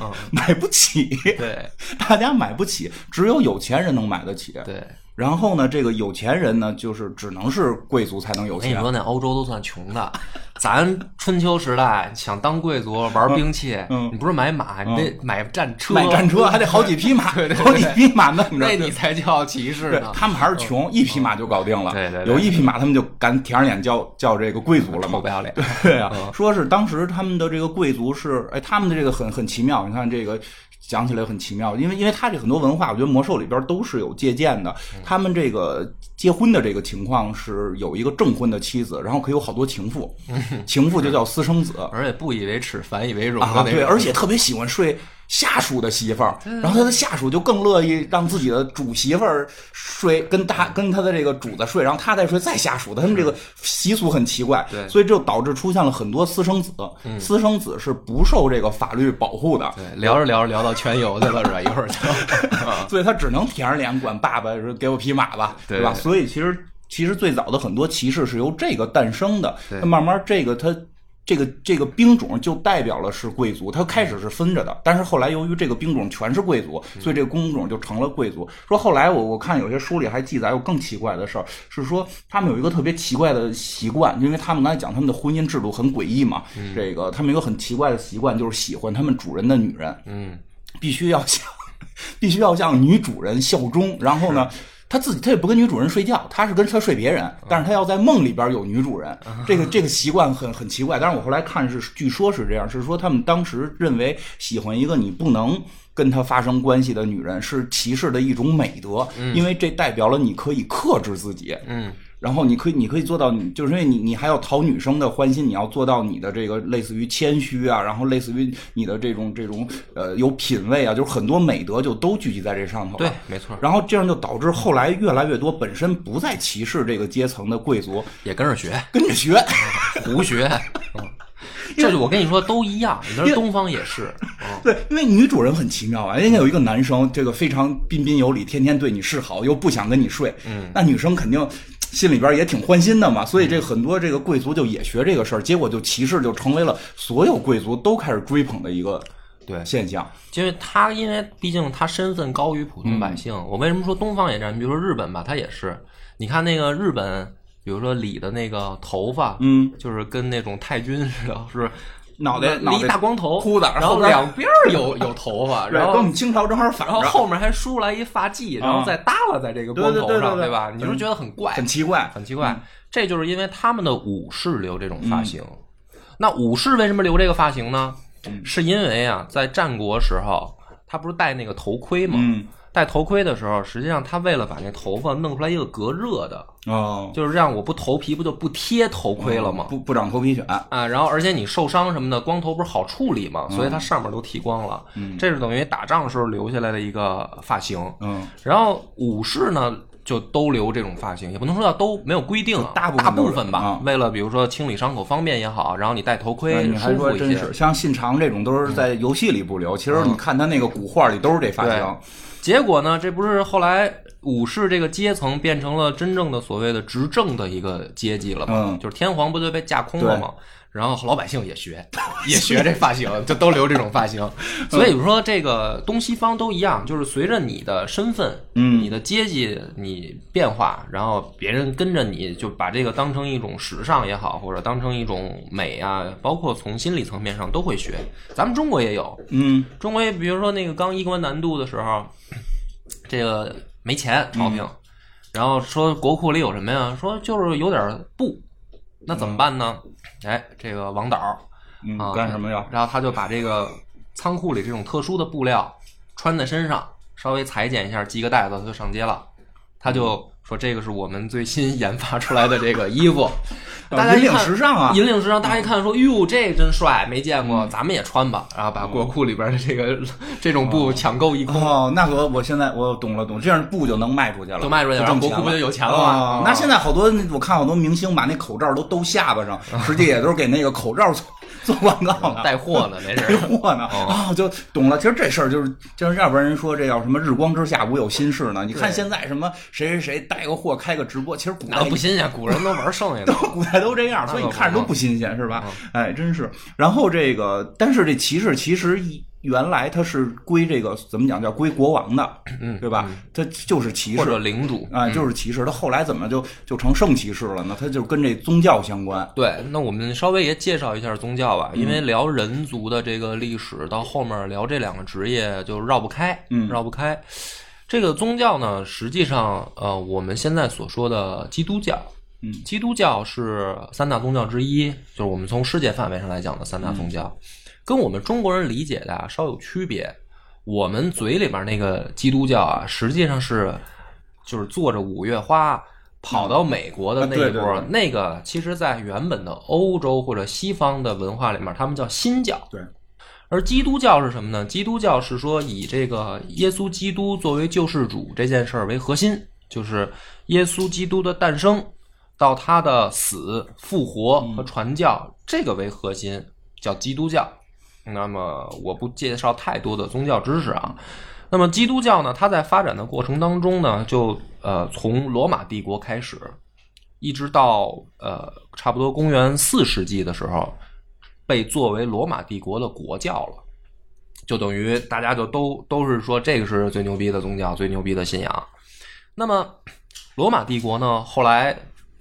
Speaker 1: [laughs] 嗯，
Speaker 2: 买不起，
Speaker 1: 对
Speaker 2: [laughs] 大家买不起，只有有钱人能买得起。 [laughs]
Speaker 1: 对。
Speaker 2: 然后呢，这个有钱人呢，就是只能是贵族才能有
Speaker 1: 我跟哎你
Speaker 2: 钱。
Speaker 1: 说，那欧洲都算穷的，咱春秋时代想当贵族玩兵器，
Speaker 2: 嗯
Speaker 1: 你不是买马，你得买战车，
Speaker 2: 买战车还得好几匹马，好几匹马弄着
Speaker 1: 那。你才叫骑士
Speaker 2: 对
Speaker 1: 呢，嗯
Speaker 2: 他们还是穷，一匹马就搞定了。
Speaker 1: 对对对
Speaker 2: 有一匹马，他们就敢舔着脸叫叫这个贵族了嘛
Speaker 1: 臭不。要脸。
Speaker 2: [laughs]
Speaker 1: 嗯
Speaker 2: 对啊，说是当时他们的这个贵族是，哎，他们的这个很很奇妙。你看这个讲起来很奇妙，因为因为他这很多文化，我觉得魔兽里边都是有借鉴的。
Speaker 1: 嗯
Speaker 2: 他们这个结婚的这个情况是有一个证婚的妻子，然后可以有好多情妇，
Speaker 1: 嗯
Speaker 2: 情妇就叫私生子。
Speaker 1: 而且不以为耻，反以为荣
Speaker 2: 啊，
Speaker 1: 的那
Speaker 2: 对，
Speaker 1: 种。
Speaker 2: 而且特别喜欢睡下属的媳妇儿，然后他的下属就更乐意让自己的主媳妇儿睡，跟他
Speaker 1: 嗯
Speaker 2: 跟他的这个主子睡，然后他再睡再下属的，他们这个习俗很奇怪，
Speaker 1: 对嗯
Speaker 2: 所以就导致出现了很多私生子，私生子是不受这个法律保护的。
Speaker 1: 对聊着聊着聊到全游去了，是吧？一会
Speaker 2: [laughs]
Speaker 1: 儿就啊
Speaker 2: 所以他只能舔着脸管爸爸说给我匹马吧，
Speaker 1: 对
Speaker 2: 吧？
Speaker 1: 对
Speaker 2: 所以其实其实最早的很多骑士是由这个诞生的，
Speaker 1: 对
Speaker 2: 那慢慢这个他。这个这个兵种就代表了是贵族，他开始是分着的，但是后来由于这个兵种全是贵族，
Speaker 1: 嗯
Speaker 2: 所以这个工种就成了贵族。说后来我我看有些书里还记载有更奇怪的事儿，是说他们有一个特别奇怪的习惯，因为他们刚才讲他们的婚姻制度很诡异嘛，
Speaker 1: 嗯
Speaker 2: 这个他们有一个很奇怪的习惯，就是喜欢他们主人的女人，
Speaker 1: 嗯，
Speaker 2: 必须要向必须要向女主人效忠，然后呢，他自己他也不跟女主人睡觉，他是跟他睡别人，但是他要在梦里边有女主人，这个这个习惯很很奇怪。但是我后来看是，据说是这样，是说他们当时认为喜欢一个你不能。跟他发生关系的女人是骑士的一种美德，因为这代表了你可以克制自己，
Speaker 1: 嗯，
Speaker 2: 然后你可以你可以做到你，就是因为你你还要讨女生的欢心，你要做到你的这个类似于谦虚啊，然后类似于你的这种这种呃有品位啊，就是很多美德就都聚集在这上头了。啊
Speaker 1: 对，没错，
Speaker 2: 然后这样就导致后来越来越多本身不在骑士这个阶层的贵族
Speaker 1: 也跟着学，
Speaker 2: 跟着学，
Speaker 1: [laughs] 胡学。嗯这就我跟你说都一样，你那东方也是，
Speaker 2: [laughs]
Speaker 1: 嗯
Speaker 2: 对，因为女主人很奇妙啊，人家有一个男生，这个非常彬彬有礼，天天对你示好，又不想跟你睡，嗯，那女生肯定。心里边也挺欢心的嘛，所以这很多这个贵族就也学这个事儿，结果就骑士就成为了所有贵族都开始追捧的一个
Speaker 1: 对，
Speaker 2: 现象。
Speaker 1: 因为他因为毕竟他身份高于普通百姓，
Speaker 2: 嗯
Speaker 1: 我为什么说东方也这样？你比如说日本吧，他也是，你看那个日本，比如说理的那个头发，
Speaker 2: 嗯，
Speaker 1: 就是跟那种太君似的，是不是
Speaker 2: 脑袋
Speaker 1: 理
Speaker 2: 脑
Speaker 1: 一
Speaker 2: 袋
Speaker 1: 大光头，
Speaker 2: 秃子
Speaker 1: 然
Speaker 2: 后
Speaker 1: 后
Speaker 2: 边
Speaker 1: 两边儿
Speaker 2: [laughs]
Speaker 1: 有有头发，
Speaker 2: 对
Speaker 1: 然
Speaker 2: 跟我
Speaker 1: 后
Speaker 2: 们清朝正好反
Speaker 1: 然
Speaker 2: 着，
Speaker 1: 后后面还梳来一发髻，然后再耷拉在这个光头
Speaker 2: 嗯对对对对
Speaker 1: 上，
Speaker 2: 对
Speaker 1: 对吧？你就觉得很怪，
Speaker 2: 很奇怪。
Speaker 1: 很奇怪。这就是因为他们的武士留这种发
Speaker 2: 嗯
Speaker 1: 型。那武士为什么留这个发型呢？
Speaker 2: 嗯
Speaker 1: 是因为啊，在战国时候，他不是戴那个头盔吗？
Speaker 2: 嗯，
Speaker 1: 戴头盔的时候，实际上他为了把那头发弄出来一个隔热的，
Speaker 2: 哦，
Speaker 1: 就是让我不头皮不就不贴头盔了吗？
Speaker 2: 不不长头皮癣，
Speaker 1: 啊，然后而且你受伤什么的，光头不是好处理吗？所以
Speaker 2: 嗯
Speaker 1: 它上面都剃光了，这是等于打仗时候留下来的一个发型。
Speaker 2: 嗯，
Speaker 1: 然后武士呢，就都留这种发型，也不能说叫都没有规定啊，大
Speaker 2: 大部分都留
Speaker 1: 分吧。
Speaker 2: 啊
Speaker 1: 为了比如说清理伤口方便也好，然后你戴头
Speaker 2: 哎
Speaker 1: 盔
Speaker 2: 你还
Speaker 1: 舒
Speaker 2: 说
Speaker 1: 服一
Speaker 2: 真
Speaker 1: 些。嗯
Speaker 2: 是，像信长这种都是在游戏里不留，其实你看他那个古画里都是这发型。
Speaker 1: 结果呢，这不是后来武士这个阶层变成了真正的所谓的执政的一个阶级了吗？
Speaker 2: 嗯
Speaker 1: 就是天皇不就被架空了
Speaker 2: 对
Speaker 1: 吗？然后老百姓也
Speaker 2: [laughs]
Speaker 1: 学，也学这发型，就都留这种发型。所以说，这个东西方都一样，就是随着你的身份、
Speaker 2: 嗯
Speaker 1: 你的阶级你变化，然后别人跟着你就把这个当成一种时尚也好，或者当成一种美啊，包括从心理层面上都会学。咱们中国也有，
Speaker 2: 嗯
Speaker 1: 中国也比如说那个刚衣冠南渡的时候，这个没钱朝廷，然后说国库里有什么呀？说就是有点布，那怎么办呢？哎，这个王导
Speaker 2: 嗯
Speaker 1: 啊，，
Speaker 2: 干什么呀？？
Speaker 1: 然后他就把这个仓库里这种特殊的布料穿在身上，稍微裁剪一下，系个带子，他就上街了。他
Speaker 2: 嗯
Speaker 1: 就说这个是我们最新研发出来的这个衣
Speaker 2: [laughs]
Speaker 1: 服，大家
Speaker 2: 引
Speaker 1: 一
Speaker 2: 领
Speaker 1: 看
Speaker 2: 时尚啊！嗯
Speaker 1: 引领时尚，大家一看说：“哟，这真帅，没见过，咱们也穿吧。”然后把国库里边的这个这种布抢购一空，
Speaker 2: 哦，那我我现在我懂了懂了，这样布就能卖出去了，
Speaker 1: 就卖出去了
Speaker 2: 挣
Speaker 1: 国
Speaker 2: 钱
Speaker 1: 库不
Speaker 2: 了，
Speaker 1: 就有钱了吗
Speaker 2: 哦
Speaker 1: 哦
Speaker 2: 那现在好多我看好多明星把那口罩都兜下
Speaker 1: [laughs]
Speaker 2: 巴上，实际也都是给那个口罩做做广告呢。
Speaker 1: 嗯带哦货呢，没
Speaker 2: 带
Speaker 1: 事。
Speaker 2: 货呢啊，就懂了。其实这事儿就是，就是要不然人说这叫什么“日光之下无有新事”呢？你看
Speaker 1: 对
Speaker 2: 现在什么谁谁谁带个货开个直播，其实古代
Speaker 1: 那不新鲜，古人都玩剩
Speaker 2: [laughs]
Speaker 1: 下的。
Speaker 2: 古代都这样，所以你看着都不新鲜，是吧？
Speaker 1: 嗯
Speaker 2: 哎，真是。然后这个，但是这骑士其实一原来他是归这个怎么讲叫归国王的，对吧？他就是骑
Speaker 1: 嗯或
Speaker 2: 士
Speaker 1: 者领主，
Speaker 2: 啊，就是骑士。他后来怎么就就成圣骑士了呢？他就跟这宗教相关。
Speaker 1: 对，那我们稍微也介绍一下宗教吧，因为聊人族的这个历史，到后面聊这两个职业就绕不开，
Speaker 2: 嗯
Speaker 1: 绕不开。这个宗教呢，实际上，呃，我们现在所说的基督教，
Speaker 2: 嗯
Speaker 1: 基督教是三大宗教之一，就是我们从世界范围上来讲的三大宗教，
Speaker 2: 嗯
Speaker 1: 跟我们中国人理解的、啊、稍有区别。我们嘴里边那个基督教啊，实际上是就是坐着五月花跑到美国的那一波，
Speaker 2: 啊对对对
Speaker 1: 那个其实，在原本的欧洲或者西方的文化里面，他们叫新教。
Speaker 2: 对，
Speaker 1: 而基督教是什么呢？基督教是说以这个耶稣基督作为救世主这件事儿为核心，就是耶稣基督的诞生到他的死、复活和传教、这个为核心，叫基督教。那么我不介绍太多的宗教知识啊。那么基督教呢，它在发展的过程当中呢，就呃从罗马帝国开始，一直到呃差不多公元四世纪的时候，被作为罗马帝国的国教了，就等于大家就都都是说这个是最牛逼的宗教，最牛逼的信仰。那么罗马帝国呢，后来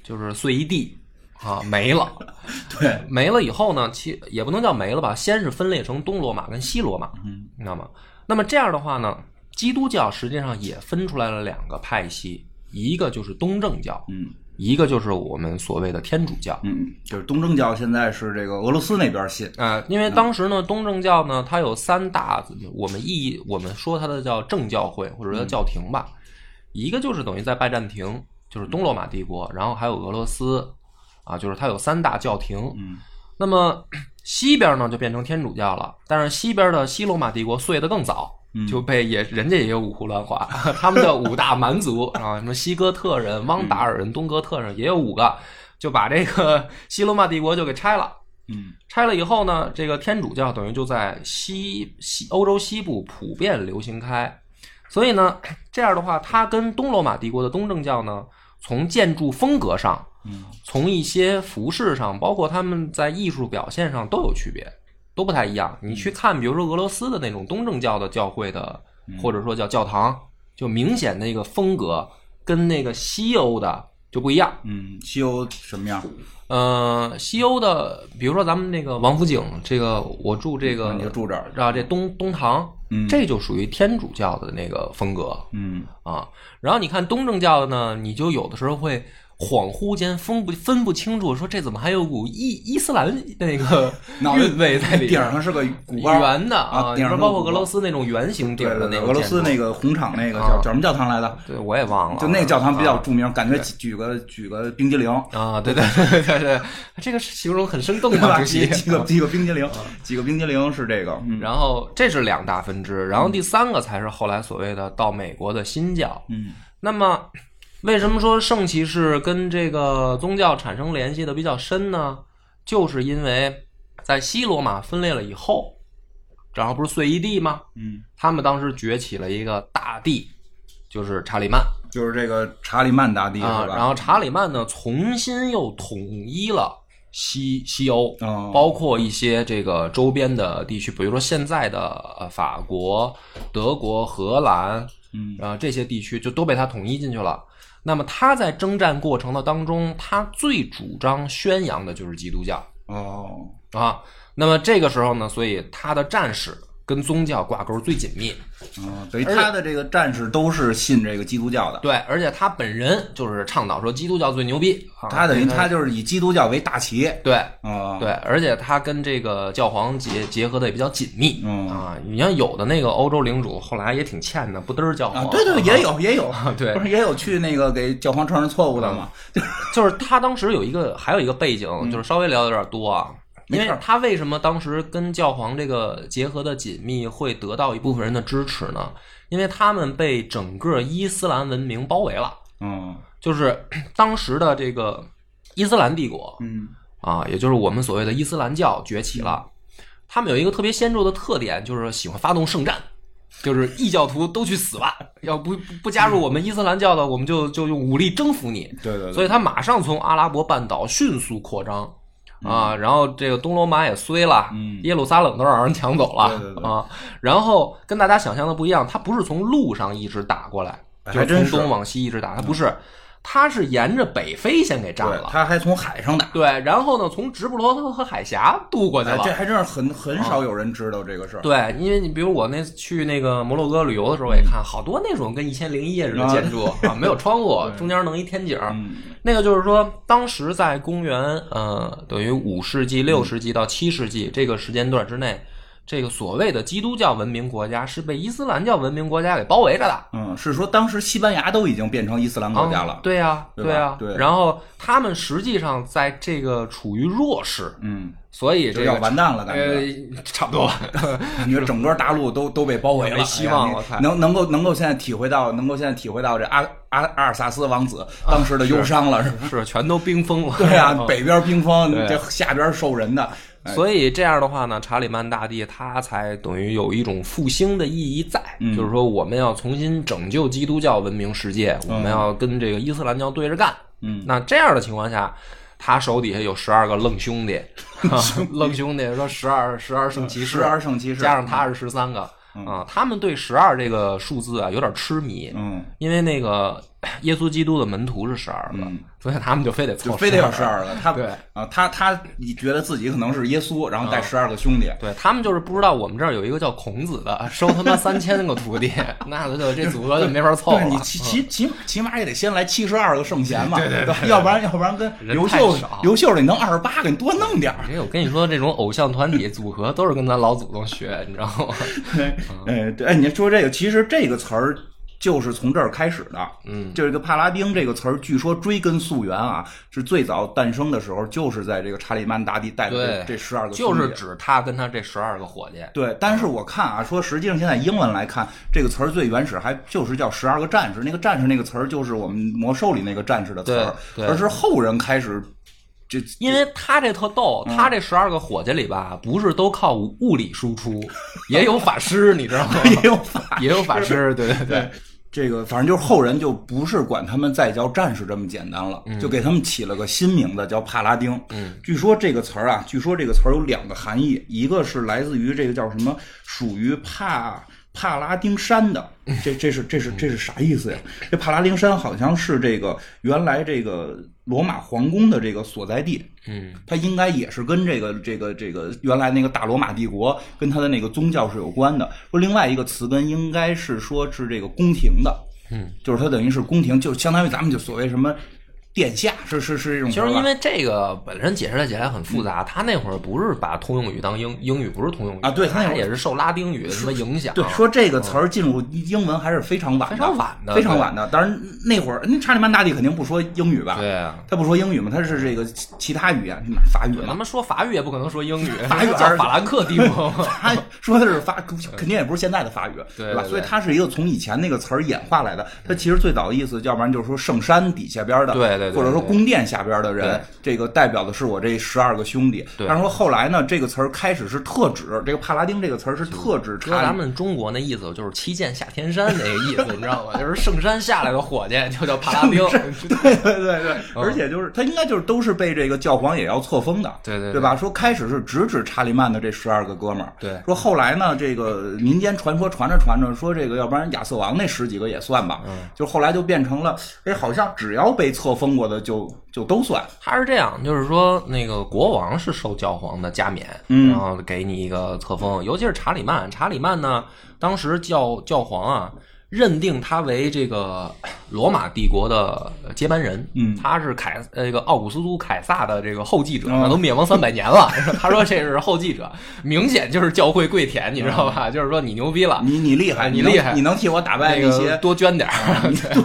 Speaker 1: 就是碎一地啊，没了。
Speaker 2: [laughs] 对，
Speaker 1: 没了以后呢，其也不能叫没了吧，先是分裂成东罗马跟西罗马，
Speaker 2: 嗯，
Speaker 1: 你知道吗？那么这样的话呢，基督教实际上也分出来了两个派系，一个就是东正教，
Speaker 2: 嗯
Speaker 1: 一个就是我们所谓的天主教。
Speaker 2: 嗯，就是东正教现在是这个俄罗斯那边信，
Speaker 1: 啊、因为当时呢，东正教呢，它有三大，我们意义我们说它的叫正教会或者叫教廷吧，一个就是等于在拜占庭，就是东罗马帝国，然后还有俄罗斯，啊，就是它有三大教廷。
Speaker 2: 嗯，
Speaker 1: 那么 [clears throat] 西边呢就变成天主教了，但是西边的西罗马帝国碎得更早，
Speaker 2: 嗯
Speaker 1: 就被也人家也有五胡乱华， [laughs] 他们的五大蛮族啊，什么西哥特人、汪达尔人、东哥特人也有五个，就把这个西罗马帝国就给拆了。
Speaker 2: 嗯
Speaker 1: 拆了以后呢，这个天主教等于就在西西欧洲西部普遍流行开，所以呢，这样的话，它跟东罗马帝国的东正教呢，从建筑风格上，
Speaker 2: 嗯，
Speaker 1: 从一些服饰上，包括他们在艺术表现上都有区别，都不太一样。你去看，比如说俄罗斯的那种东正教的教会的，或者说叫教堂，就明显那个风格跟那个西欧的就不一样。
Speaker 2: 嗯，西欧什么样？
Speaker 1: 呃，西欧的，比如说咱们那个王府井，这个我住这个，
Speaker 2: 嗯你就住这儿，
Speaker 1: 啊，这东东堂，
Speaker 2: 嗯
Speaker 1: 这就属于天主教的那个风格
Speaker 2: 嗯
Speaker 1: 啊。然后你看东正教的呢，你就有的时候会恍惚间分不分不清楚，说这怎么还有股伊伊斯兰那个
Speaker 2: [laughs] 脑袋
Speaker 1: 韵味在里
Speaker 2: 顶
Speaker 1: 边。
Speaker 2: 上是个鼓包，
Speaker 1: 圆的
Speaker 2: 啊
Speaker 1: 你
Speaker 2: 顶
Speaker 1: 说
Speaker 2: 上是
Speaker 1: 包括
Speaker 2: 鼓
Speaker 1: 俄罗斯那种圆形顶
Speaker 2: 对
Speaker 1: 的
Speaker 2: 对
Speaker 1: 那
Speaker 2: 对，
Speaker 1: 个
Speaker 2: 俄罗斯
Speaker 1: 建
Speaker 2: 那个红场那个
Speaker 1: 啊
Speaker 2: 叫叫什么教堂来的？
Speaker 1: 筑，对我也忘了啊，
Speaker 2: 就那教堂比较著名，感觉举举个举个冰激凌，
Speaker 1: 啊，对对对对对，这个是形容很生动
Speaker 2: [laughs] 对
Speaker 1: 嘛，
Speaker 2: 吧？
Speaker 1: 主席
Speaker 2: 几。几个几个冰激凌，几个冰激凌是这个，啊嗯
Speaker 1: 然后这是两大分支，然后第三个才是后来所谓的到美国的新教。
Speaker 2: 嗯
Speaker 1: 那么，为什么说圣骑士跟这个宗教产生联系的比较深呢？就是因为在西罗马分裂了以后，然后不是碎一地吗？
Speaker 2: 嗯，
Speaker 1: 他们当时崛起了一个大帝，就是查理曼
Speaker 2: 就是这个查理曼大帝是
Speaker 1: 啊。
Speaker 2: 吧？
Speaker 1: 然后查理曼呢，重新又统一了西西欧，
Speaker 2: 哦
Speaker 1: 包括一些这个周边的地区，比如说现在的呃法国、德国、荷兰，
Speaker 2: 嗯
Speaker 1: 然后这些地区就都被他统一进去了。那么他在征战过程的当中，他最主张宣扬的就是基督教
Speaker 2: 哦。
Speaker 1: 啊。那么这个时候呢，所以他的战士跟宗教挂钩最紧密，
Speaker 2: 哦，等于他的这个战士都是信这个基督教的，
Speaker 1: 对，而且他本人就是倡导说基督教最牛逼，啊
Speaker 2: 他等于他就是以基督教为大旗
Speaker 1: 对
Speaker 2: 啊。
Speaker 1: 对，而且他跟这个教皇结结合的也比较紧密、
Speaker 2: 嗯
Speaker 1: 啊。你像有的那个欧洲领主后来也挺欠的，不嘚儿教皇、
Speaker 2: 啊，对对，也有也有，
Speaker 1: [laughs] 对
Speaker 2: 不是也有去那个给教皇承认错误的嘛？
Speaker 1: 就是他当时有一个，还有一个背景，就是稍微聊的有点多啊。
Speaker 2: 嗯没
Speaker 1: 因
Speaker 2: 事儿
Speaker 1: 为他为什么当时跟教皇这个结合的紧密，会得到一部分人的支持呢？因为他们被整个伊斯兰文明包围了，
Speaker 2: 嗯
Speaker 1: 就是 [clears throat] 当时的这个伊斯兰帝国
Speaker 2: 嗯
Speaker 1: 啊，也就是我们所谓的伊斯兰教崛起了。他们有一个特别显著的特点，就是喜欢发动圣战，就是异教徒都去死吧，要不不不加入我们伊斯兰教的，我们就就用武力征服你。
Speaker 2: 对对对，
Speaker 1: 所
Speaker 2: 以
Speaker 1: 以他马上从阿拉伯半岛迅速扩张啊，然后这个东罗马也衰了，
Speaker 2: 嗯
Speaker 1: 耶路撒冷都让人抢走了
Speaker 2: 对对对
Speaker 1: 啊，然后跟大家想象的不一样，他不是从路上一直打过来，
Speaker 2: 哎
Speaker 1: 就
Speaker 2: 还真
Speaker 1: 从
Speaker 2: 是嗯
Speaker 1: 东往西一直打，他不是，他是沿着北非先给占
Speaker 2: 对，
Speaker 1: 了。
Speaker 2: 他还从海上打，
Speaker 1: 对，然后呢，从直布罗陀河海峡渡过去
Speaker 2: 哎
Speaker 1: 了，
Speaker 2: 这还真是很很少有人知道这个事儿。
Speaker 1: 对，因为你比如我那次去那个摩洛哥旅游的时候，我也看好多那种跟《一千零一夜》似的建筑啊，没有窗
Speaker 2: [laughs]
Speaker 1: 户，中间弄一天井儿。
Speaker 2: 嗯
Speaker 1: 那个就是说，当时在公元呃，等于五世纪、六世纪到七世纪这个时间段之内，这个所谓的基督教文明国家是被伊斯兰教文明国家给包围着的。
Speaker 2: 嗯，是说当时西班牙都已经变成伊斯兰国家
Speaker 1: 啊
Speaker 2: 了。
Speaker 1: 对呀、
Speaker 2: 对吧
Speaker 1: 呀、啊，
Speaker 2: 对
Speaker 1: 然后他们实际上在这个处于弱势，
Speaker 2: 嗯，
Speaker 1: 所以
Speaker 2: 就
Speaker 1: 这
Speaker 2: 要
Speaker 1: 个
Speaker 2: 完蛋了，感觉。
Speaker 1: 呃，差不多吧。
Speaker 2: 感觉整个大陆都都被包围了，
Speaker 1: 没希望了
Speaker 2: 哎呀
Speaker 1: 快
Speaker 2: 你能能够能够现在体会到，能够现在体会到这阿阿阿尔萨斯王子当时的忧伤了，是吧？
Speaker 1: 啊 [laughs] 是，全都冰封了。
Speaker 2: 对啊
Speaker 1: [laughs]
Speaker 2: 呀、
Speaker 1: 嗯
Speaker 2: [laughs] 北边冰封，
Speaker 1: 对
Speaker 2: 这下边受人的，哎
Speaker 1: 所以这样的话呢，查理曼大帝他才等于有一种复兴的意义在，
Speaker 2: 嗯
Speaker 1: 就是说我们要重新拯救基督教文明世界，我们要跟这个伊斯兰教对着干。
Speaker 2: 嗯，
Speaker 1: 那这样的情况下，他手底下有十二个愣兄
Speaker 2: [laughs]
Speaker 1: 弟， [laughs] 啊愣兄弟说十二十二圣骑士，
Speaker 2: 嗯十二圣骑士
Speaker 1: 加上他是十三个啊，他们对十二这个数字啊有点痴迷，
Speaker 2: 嗯嗯
Speaker 1: 因为那个 [coughs] 耶稣基督的门徒是十二个，
Speaker 2: 嗯
Speaker 1: 所以他们就非得
Speaker 2: 就
Speaker 1: 凑，
Speaker 2: 非得有十。二个，他
Speaker 1: 哦对啊
Speaker 2: 啊，他他你觉得自己可能是耶稣，然后带十二个兄弟，
Speaker 1: 对他们就是不知道我们这儿有一个叫孔子的， [laughs] 收他妈三千个徒弟，那就这组合就没法凑
Speaker 2: 对
Speaker 1: 了。嗯
Speaker 2: 你起起起起码也得先来七十二个圣贤嘛，对对要不然要不然跟
Speaker 1: 人
Speaker 2: 刘
Speaker 1: 太
Speaker 2: 秀
Speaker 1: 少
Speaker 2: 刘秀你弄二十八个，你多弄点儿。
Speaker 1: 因为我跟你说，这种偶像团体组合都是跟咱老祖宗学，你知道
Speaker 2: [laughs]
Speaker 1: 吗？
Speaker 2: 哎，对，哎，你说这个，其实这个词儿就是从这儿开始的。嗯，这个帕拉丁这个词儿，据说追根溯源啊，是最早诞生的时候，就是在这个查理曼大帝带的
Speaker 1: 对，
Speaker 2: 这十二个
Speaker 1: 就
Speaker 2: 兄弟
Speaker 1: 是指他跟他这十二个伙计。
Speaker 2: 对，但是我看啊，说实际上现在英文来看，这个词儿最原始还就是叫十二个战士，那个战士那个词儿就是我们魔兽里那个战士的词儿，
Speaker 1: 对对
Speaker 2: 而是后人开始 [laughs] 这
Speaker 1: 因为他这特逗，
Speaker 2: 嗯
Speaker 1: 他这十二个伙计里吧，不是都靠物理输出，也有法师，你知
Speaker 2: [laughs]
Speaker 1: 道吗？
Speaker 2: 也有法
Speaker 1: 也有法师，对
Speaker 2: [laughs]
Speaker 1: 对对，
Speaker 2: 这个反正就是后人就不是管他们再叫战士这么简单了，就给他们起了个新名字叫帕拉丁。嗯，据说这个词儿啊，据说这个词儿有两个含义，一个是来自于这个叫什么，属于帕帕拉丁山的，这这是这是这是啥意思呀？这帕拉丁山好像是这个原来这个罗马皇宫的这个所在地。
Speaker 1: 嗯，
Speaker 2: 它应该也是跟这个这个这个原来那个大罗马帝国跟它的那个宗教是有关的。说另外一个词根应该是说是这个宫廷的，嗯，就是它等于是宫廷，就相当于咱们就所谓什么殿下，是是是这种
Speaker 1: 其
Speaker 2: 说
Speaker 1: 实
Speaker 2: 法
Speaker 1: 因为这个本身解释来解释来很复杂，他那会儿不是把通用语当英英语，不是通用语
Speaker 2: 嗯啊对他
Speaker 1: 他
Speaker 2: 那会儿
Speaker 1: 也是受拉丁语的什么影响。啊
Speaker 2: 对，说这个词儿进入英文还是非常晚的，
Speaker 1: 非常晚的
Speaker 2: 非常晚的。当然那会儿，那查理曼大帝肯定不说英语吧？
Speaker 1: 对啊，
Speaker 2: 他不说英语嘛，他是这个其其他语言，法语
Speaker 1: 他
Speaker 2: 嘛。
Speaker 1: 们说法语也不可能说英语，
Speaker 2: 法语
Speaker 1: 叫 [laughs] 法兰克帝 [laughs] 国嘛。
Speaker 2: 他 [laughs] 说的是法，肯定也不是现在的法语，
Speaker 1: 对
Speaker 2: 吧？
Speaker 1: 对对
Speaker 2: 所以它是一个从以前那个词儿演化来的。它其实最早的意思，要不然就是说圣山底下边的，
Speaker 1: 对对对对
Speaker 2: 或者说宫殿下边的
Speaker 1: 对
Speaker 2: 人，这个代表的是我这十二个兄弟。
Speaker 1: 对
Speaker 2: 但是说后来呢，这个词儿开始是特指这个帕拉丁这个词儿是特指
Speaker 1: 搁
Speaker 2: 查
Speaker 1: 咱
Speaker 2: 理。
Speaker 1: 们中国那意思就是七剑下天山那个意思，你知道吗？就是圣山下来的伙计就叫帕拉丁。
Speaker 2: 对对 [laughs] 对
Speaker 1: 嗯
Speaker 2: 对，而且就是他应该就是都是被这个教皇也要册封的，
Speaker 1: 对对对
Speaker 2: 对吧？说开始是直指查理曼的这十二个哥们儿，
Speaker 1: 对
Speaker 2: 说后来呢，这个民间传说传着传着，说这个要不然亚瑟王那十几个也算吧，
Speaker 1: 嗯
Speaker 2: 就后来就变成了，哎，好像只要被册封过的就就都算，
Speaker 1: 他是这样，就是说那个国王是受教皇的加冕，
Speaker 2: 嗯
Speaker 1: 然后给你一个册封，尤其是查理曼，查理曼呢，当时教教皇啊。认定他为这个罗马帝国的接班人，
Speaker 2: 嗯
Speaker 1: 他是凯呃这个奥古斯都凯撒的这个后继者，
Speaker 2: 哦
Speaker 1: 那都灭亡三百年了。 [laughs] 他说这是后继者，明显就是教会跪舔，你知道吧？就是说你牛逼了，
Speaker 2: 啊你你厉害，
Speaker 1: 哎你
Speaker 2: 能
Speaker 1: 厉害
Speaker 2: 你能替我打败
Speaker 1: 那个
Speaker 2: [laughs] 些。啊
Speaker 1: 多捐点儿，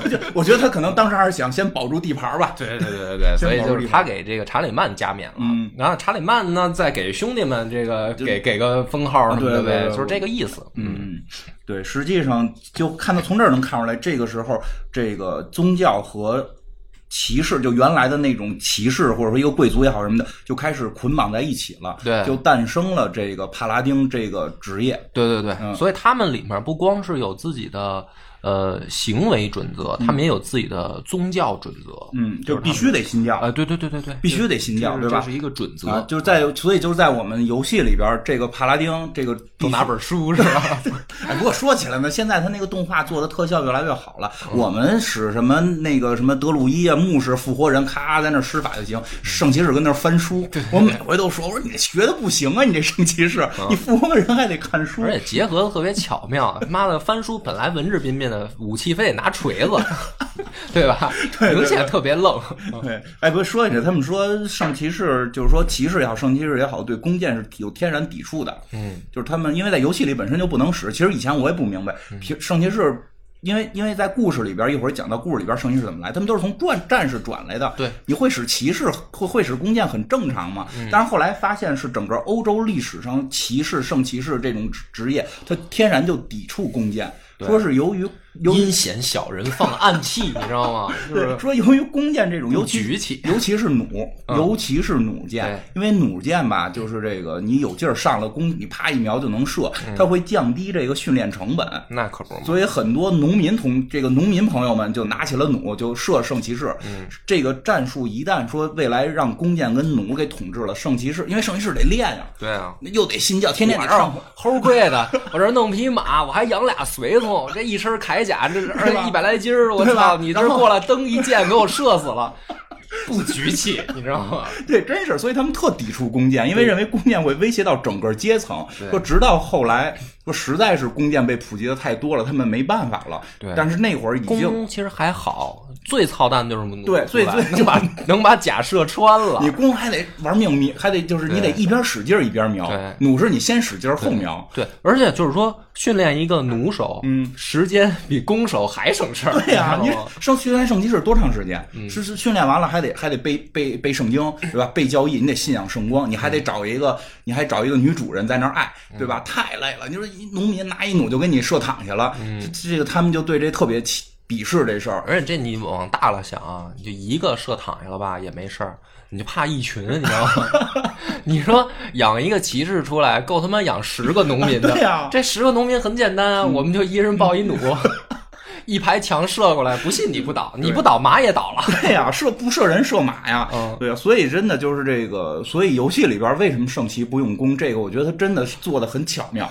Speaker 2: 就我觉得他可能当时还是想先保住地盘儿吧，
Speaker 1: [laughs] 对对对对对，所以就是他给这个查理曼加冕了，
Speaker 2: 嗯
Speaker 1: 然后查理曼呢再给兄弟们这个给给个封号什么的
Speaker 2: 啊对对
Speaker 1: 呗，
Speaker 2: 对
Speaker 1: 就是这个意思。嗯，
Speaker 2: 嗯，对，实际上就看到从这儿能看出来，这个时候这个宗教和骑士，就原来的那种骑士或者说一个贵族也好什么的，就开始捆绑在一起了，
Speaker 1: 对
Speaker 2: 就诞生了这个帕拉丁这个职业。
Speaker 1: 对对对，
Speaker 2: 嗯
Speaker 1: 所以他们里面不光是有自己的呃行为准则，他们也有自己的宗教准则。
Speaker 2: 嗯，就必须得信教，
Speaker 1: 啊，对对对对对，
Speaker 2: 必须得信教，
Speaker 1: 这
Speaker 2: 对
Speaker 1: 这
Speaker 2: 吧？
Speaker 1: 是一个准则
Speaker 2: 啊，，就是在所以就是在我们游戏里边儿，这个帕拉丁这个
Speaker 1: 就
Speaker 2: 必须
Speaker 1: 拿本书是
Speaker 2: [laughs]
Speaker 1: 吧？
Speaker 2: 哎，不过说起来呢，现在他那个动画做的特效越来越好了。我们使什么那个什么德鲁伊啊、牧师、复活人，咔在那儿施法就行。圣骑士跟那儿翻书，我每回都说，我说你学的不行啊，你这圣骑士，你复活人还得看书
Speaker 1: 而。且结合的特别巧妙，啊妈的翻书本来文质彬彬的，武器非得拿锤
Speaker 2: [laughs]
Speaker 1: 子，对吧？
Speaker 2: 对对
Speaker 1: 明显特别愣。
Speaker 2: 对，哎，不是说起来，他们说圣骑士就是说骑士也好，圣骑士也好，对弓箭是有天然抵触的。
Speaker 1: 嗯，
Speaker 2: 就是他们因为在游戏里本身就不能使。其实以前我也不明白，
Speaker 1: 嗯
Speaker 2: 平圣骑士。因为因为在故事里边，一会儿讲到故事里边圣骑士怎么来，他们都是从转战士转来的。
Speaker 1: 对，嗯
Speaker 2: 你会使骑士会会使弓箭很正常嘛。但是后来发现是整个欧洲历史上骑士圣骑士这种职职业，他天然就抵触弓箭，说是由于由于
Speaker 1: 阴险小人放暗器，你知道
Speaker 2: [laughs]
Speaker 1: 吗？就是
Speaker 2: 对，说由于弓箭这种，尤其
Speaker 1: 举起嗯
Speaker 2: 尤其
Speaker 1: [laughs]
Speaker 2: 是弩，尤其是弩箭，因为弩箭吧，就是这个你有劲儿上了弓，你啪一瞄就能射，
Speaker 1: 嗯
Speaker 2: 它会降低这个训练成本。
Speaker 1: 那可不嘛。
Speaker 2: 所以很多农民同这个农民朋友们就拿起了弩，就射圣骑士。
Speaker 1: 嗯
Speaker 2: 这个战术一旦说未来让弓箭跟弩给统治了，圣骑士因为圣骑士得练呀、
Speaker 1: 对啊，
Speaker 2: 又得信教，天天
Speaker 1: 我
Speaker 2: 得
Speaker 1: 这
Speaker 2: 上
Speaker 1: 齁贵的，我这弄匹马，我还养俩随从，这一身铠铠甲，这
Speaker 2: 对吧
Speaker 1: 一百来斤儿，我
Speaker 2: 对吧
Speaker 1: 操！你这过来蹬一箭给我射死了，不局气，你知道
Speaker 2: [laughs]
Speaker 1: 吗？
Speaker 2: 对，真是，所以他们特抵触弓箭，因为认为弓箭会威胁到整个阶层。
Speaker 1: 对
Speaker 2: 说直到后来，说实在是弓箭被普及的太多了，他们没办法了。
Speaker 1: 对
Speaker 2: 但是那会儿已经，
Speaker 1: 弓其实还好，最操蛋的就是弩，
Speaker 2: 对最最
Speaker 1: 能把能把甲射穿了
Speaker 2: [laughs] 你。弓还得玩命瞄，还得就是你
Speaker 1: 对
Speaker 2: 得一边使劲儿一边瞄
Speaker 1: 对。
Speaker 2: 弩是你先使劲儿后瞄。
Speaker 1: 对，而且就是说，训练一个弩手，
Speaker 2: 嗯，
Speaker 1: 时间比弓手还省事儿。
Speaker 2: 对呀、
Speaker 1: 你
Speaker 2: 你
Speaker 1: 知道吗
Speaker 2: 上训练圣骑士多长时间？
Speaker 1: 嗯
Speaker 2: 是是训练完了还得还得背背背圣经，对吧？背教义，你得信仰圣光，你还
Speaker 1: 嗯
Speaker 2: 得找一个，你还找一个女主人在那儿爱，对吧？太累了。你说一农民拿一弩就给你射躺下了，
Speaker 1: 嗯
Speaker 2: 这这个他们就对这特别起鄙视这事儿。
Speaker 1: 而且这你往大了想啊，你就一个射躺下了吧也没事儿，你就怕一群，你知道吗？ [laughs] 你说养一个骑士出来，够他妈养十个农民的。
Speaker 2: [laughs] 对啊嗯呀
Speaker 1: 这十个农民很简单啊，我们就一人抱
Speaker 2: [laughs]
Speaker 1: 一弩，一排墙射过来，不信你不倒，你不倒马也倒了。 [laughs]
Speaker 2: 对呀、射不射人射马呀？
Speaker 1: 嗯
Speaker 2: 对呀、所以真的就是这个，所以游戏里边为什么圣骑不用弓？这个我觉得他真的是做的很巧妙。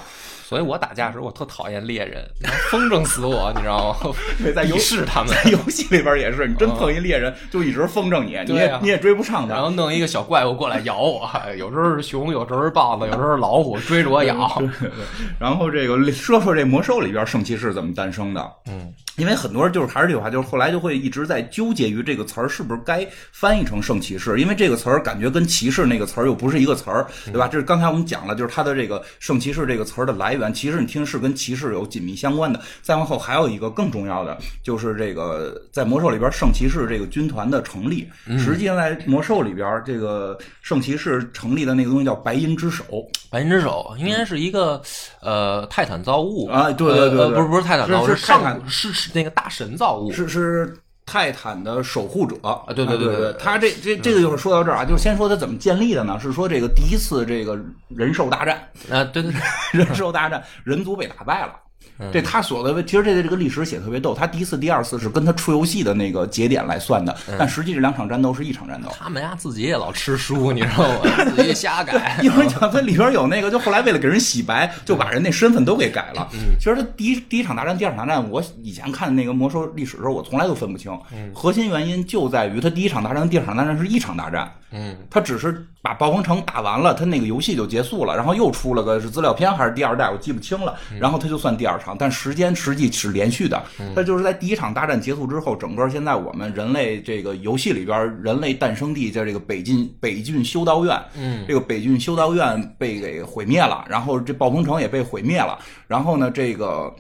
Speaker 1: 所以我打架时候我特讨厌猎人，风筝死我，你知道吗？ [laughs]
Speaker 2: 对在游
Speaker 1: 鄙视他们，
Speaker 2: [laughs] 在游戏里边也是，你真碰一猎人就一直风筝你，你
Speaker 1: 对啊
Speaker 2: 也、
Speaker 1: 呀
Speaker 2: 你也追不上他
Speaker 1: 然。后弄一个小怪物过来咬我，哎有时候是熊，有时候是豹子，有时候是老虎，追着我咬。
Speaker 2: [laughs] 然后这个说说这魔兽里边圣骑士怎么诞生的？
Speaker 1: 嗯，
Speaker 2: 因为很多人就是还是这句话，就是后来就会一直在纠结于这个词儿是不是该翻译成圣骑士，因为这个词儿感觉跟骑士那个词儿又不是一个词儿，对吧？这是刚才我们讲了，就是它的这个圣骑士这个词儿的来源，其实你听是跟骑士有紧密相关的。再往后还有一个更重要的，就是这个在魔兽里边圣骑士这个军团的成立，实际上在魔兽里边这个圣骑士成立的那个东西叫白银之手，
Speaker 1: 白银之手应该是一个呃泰坦造物
Speaker 2: 嗯啊对对
Speaker 1: 呃
Speaker 2: 对
Speaker 1: 呃
Speaker 2: 对
Speaker 1: 不是不是泰坦造物，
Speaker 2: 是是泰
Speaker 1: 上
Speaker 2: 坦
Speaker 1: 古是是那个大神造物，
Speaker 2: 是是泰坦的守护者啊
Speaker 1: 对对
Speaker 2: 对
Speaker 1: 对对
Speaker 2: 他这这这个就是说到这儿啊，就是先说他怎么建立的呢？是说这个第一次这个人兽大战， [laughs]
Speaker 1: 啊对对对，
Speaker 2: 人兽大战，人族被打败了。
Speaker 1: 嗯
Speaker 2: 这他所谓，其实这这个历史写得特别逗。他第一次、第二次是跟他出游戏的那个节点来算的，
Speaker 1: 嗯
Speaker 2: 但实际这两场战斗是一场战斗。
Speaker 1: 他们家自己也老吃书，你知道吗？自己瞎
Speaker 2: [laughs]
Speaker 1: 改。
Speaker 2: 因为讲它里边有那个，就后来为了给人洗白，就把人那身份都给改了。其实它第一第一场大战、第二场大战，我以前看那个魔兽历史的时候，我从来都分不清。核心原因就在于它第一场大战、第二场大战是一场大战。
Speaker 1: 嗯，
Speaker 2: 它只是把暴风城打完了，它那个游戏就结束了，然后又出了个是资料片还是第二代，我记不清了。然后它就算第二场，但时间实际是连续的。它就是在第一场大战结束之后，整个现在我们人类这个游戏里边，人类诞生地叫这个北晋北郡修道院。
Speaker 1: 嗯，
Speaker 2: 这个北郡修道院被给毁灭了，然后这暴风城也被毁灭了，然后呢，这个。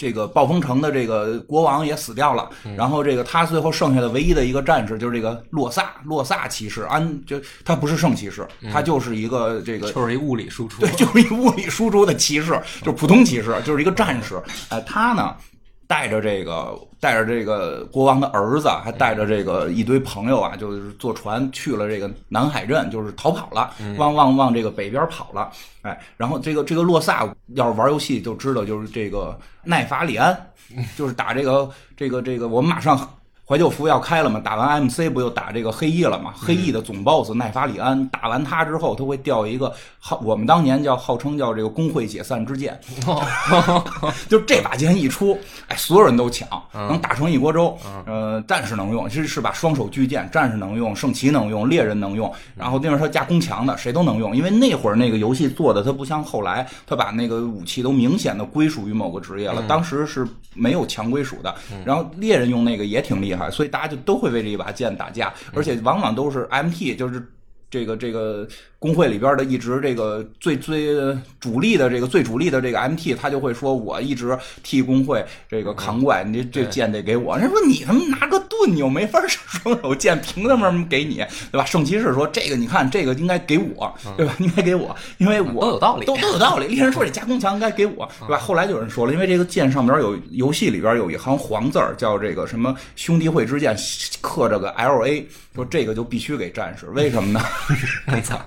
Speaker 2: 这个暴风城的这个国王也死掉了，然后这个他最后剩下的唯一的一个战士就是这个洛萨，洛萨骑士安，就他不是圣骑士，他就是一个这个
Speaker 1: 就是一物理输出
Speaker 2: 对，，就是一物理输出的骑士，就是普通骑士，就是一个战士。呃，他呢，带着这个，带着这个国王的儿子，还带着这个一堆朋友啊，就是坐船去了这个南海镇，就是逃跑了，往往往这个北边跑了。哎，然后这个这个洛萨要是玩游戏就知道，就是这个奈法里安，就是打这个这个这个，我们马上怀旧服要开了嘛，打完 MC 不就打这个黑翼了嘛？黑翼的总 BOSS 奈法里安，打完他之后，他会掉一个号，我们当年叫号称叫这个工会解散之剑， [laughs] 就这把剑一出，哎，所有人都抢，能打成一锅粥。呃，战士能用，其实是把双手巨剑，战士能用，圣骑能用，猎人能用，然后那边说加工强的，谁都能用，因为那会儿那个游戏做的，它不像后来，它把那个武器都明显的归属于某个职业了，当时是没有强归属的。然后猎人用那个也挺厉害，所以大家就都会为这一把剑打架，而且往往都是 MT，就是。这个这个工会里边的一直这个最最主力的这个最主力的这个 MT，他就会说，我一直替工会这个
Speaker 1: 嗯
Speaker 2: 扛怪，你这这剑得给我。人说你他妈拿个盾，你又没 [laughs] 法双手剑，凭什么给你，对吧？圣骑士说这个你看这个应该给我，对吧？应该给我，因为我
Speaker 1: 嗯都有道理
Speaker 2: 都哎都有道理。猎人说这加工墙应该给我，对吧？后来就有人说了，因为这个剑上边有游戏里边有一行黄字儿，叫这个什么兄弟会之剑，刻着个 L A，说这个就必须给战士，为什么呢？
Speaker 1: [laughs] 没错，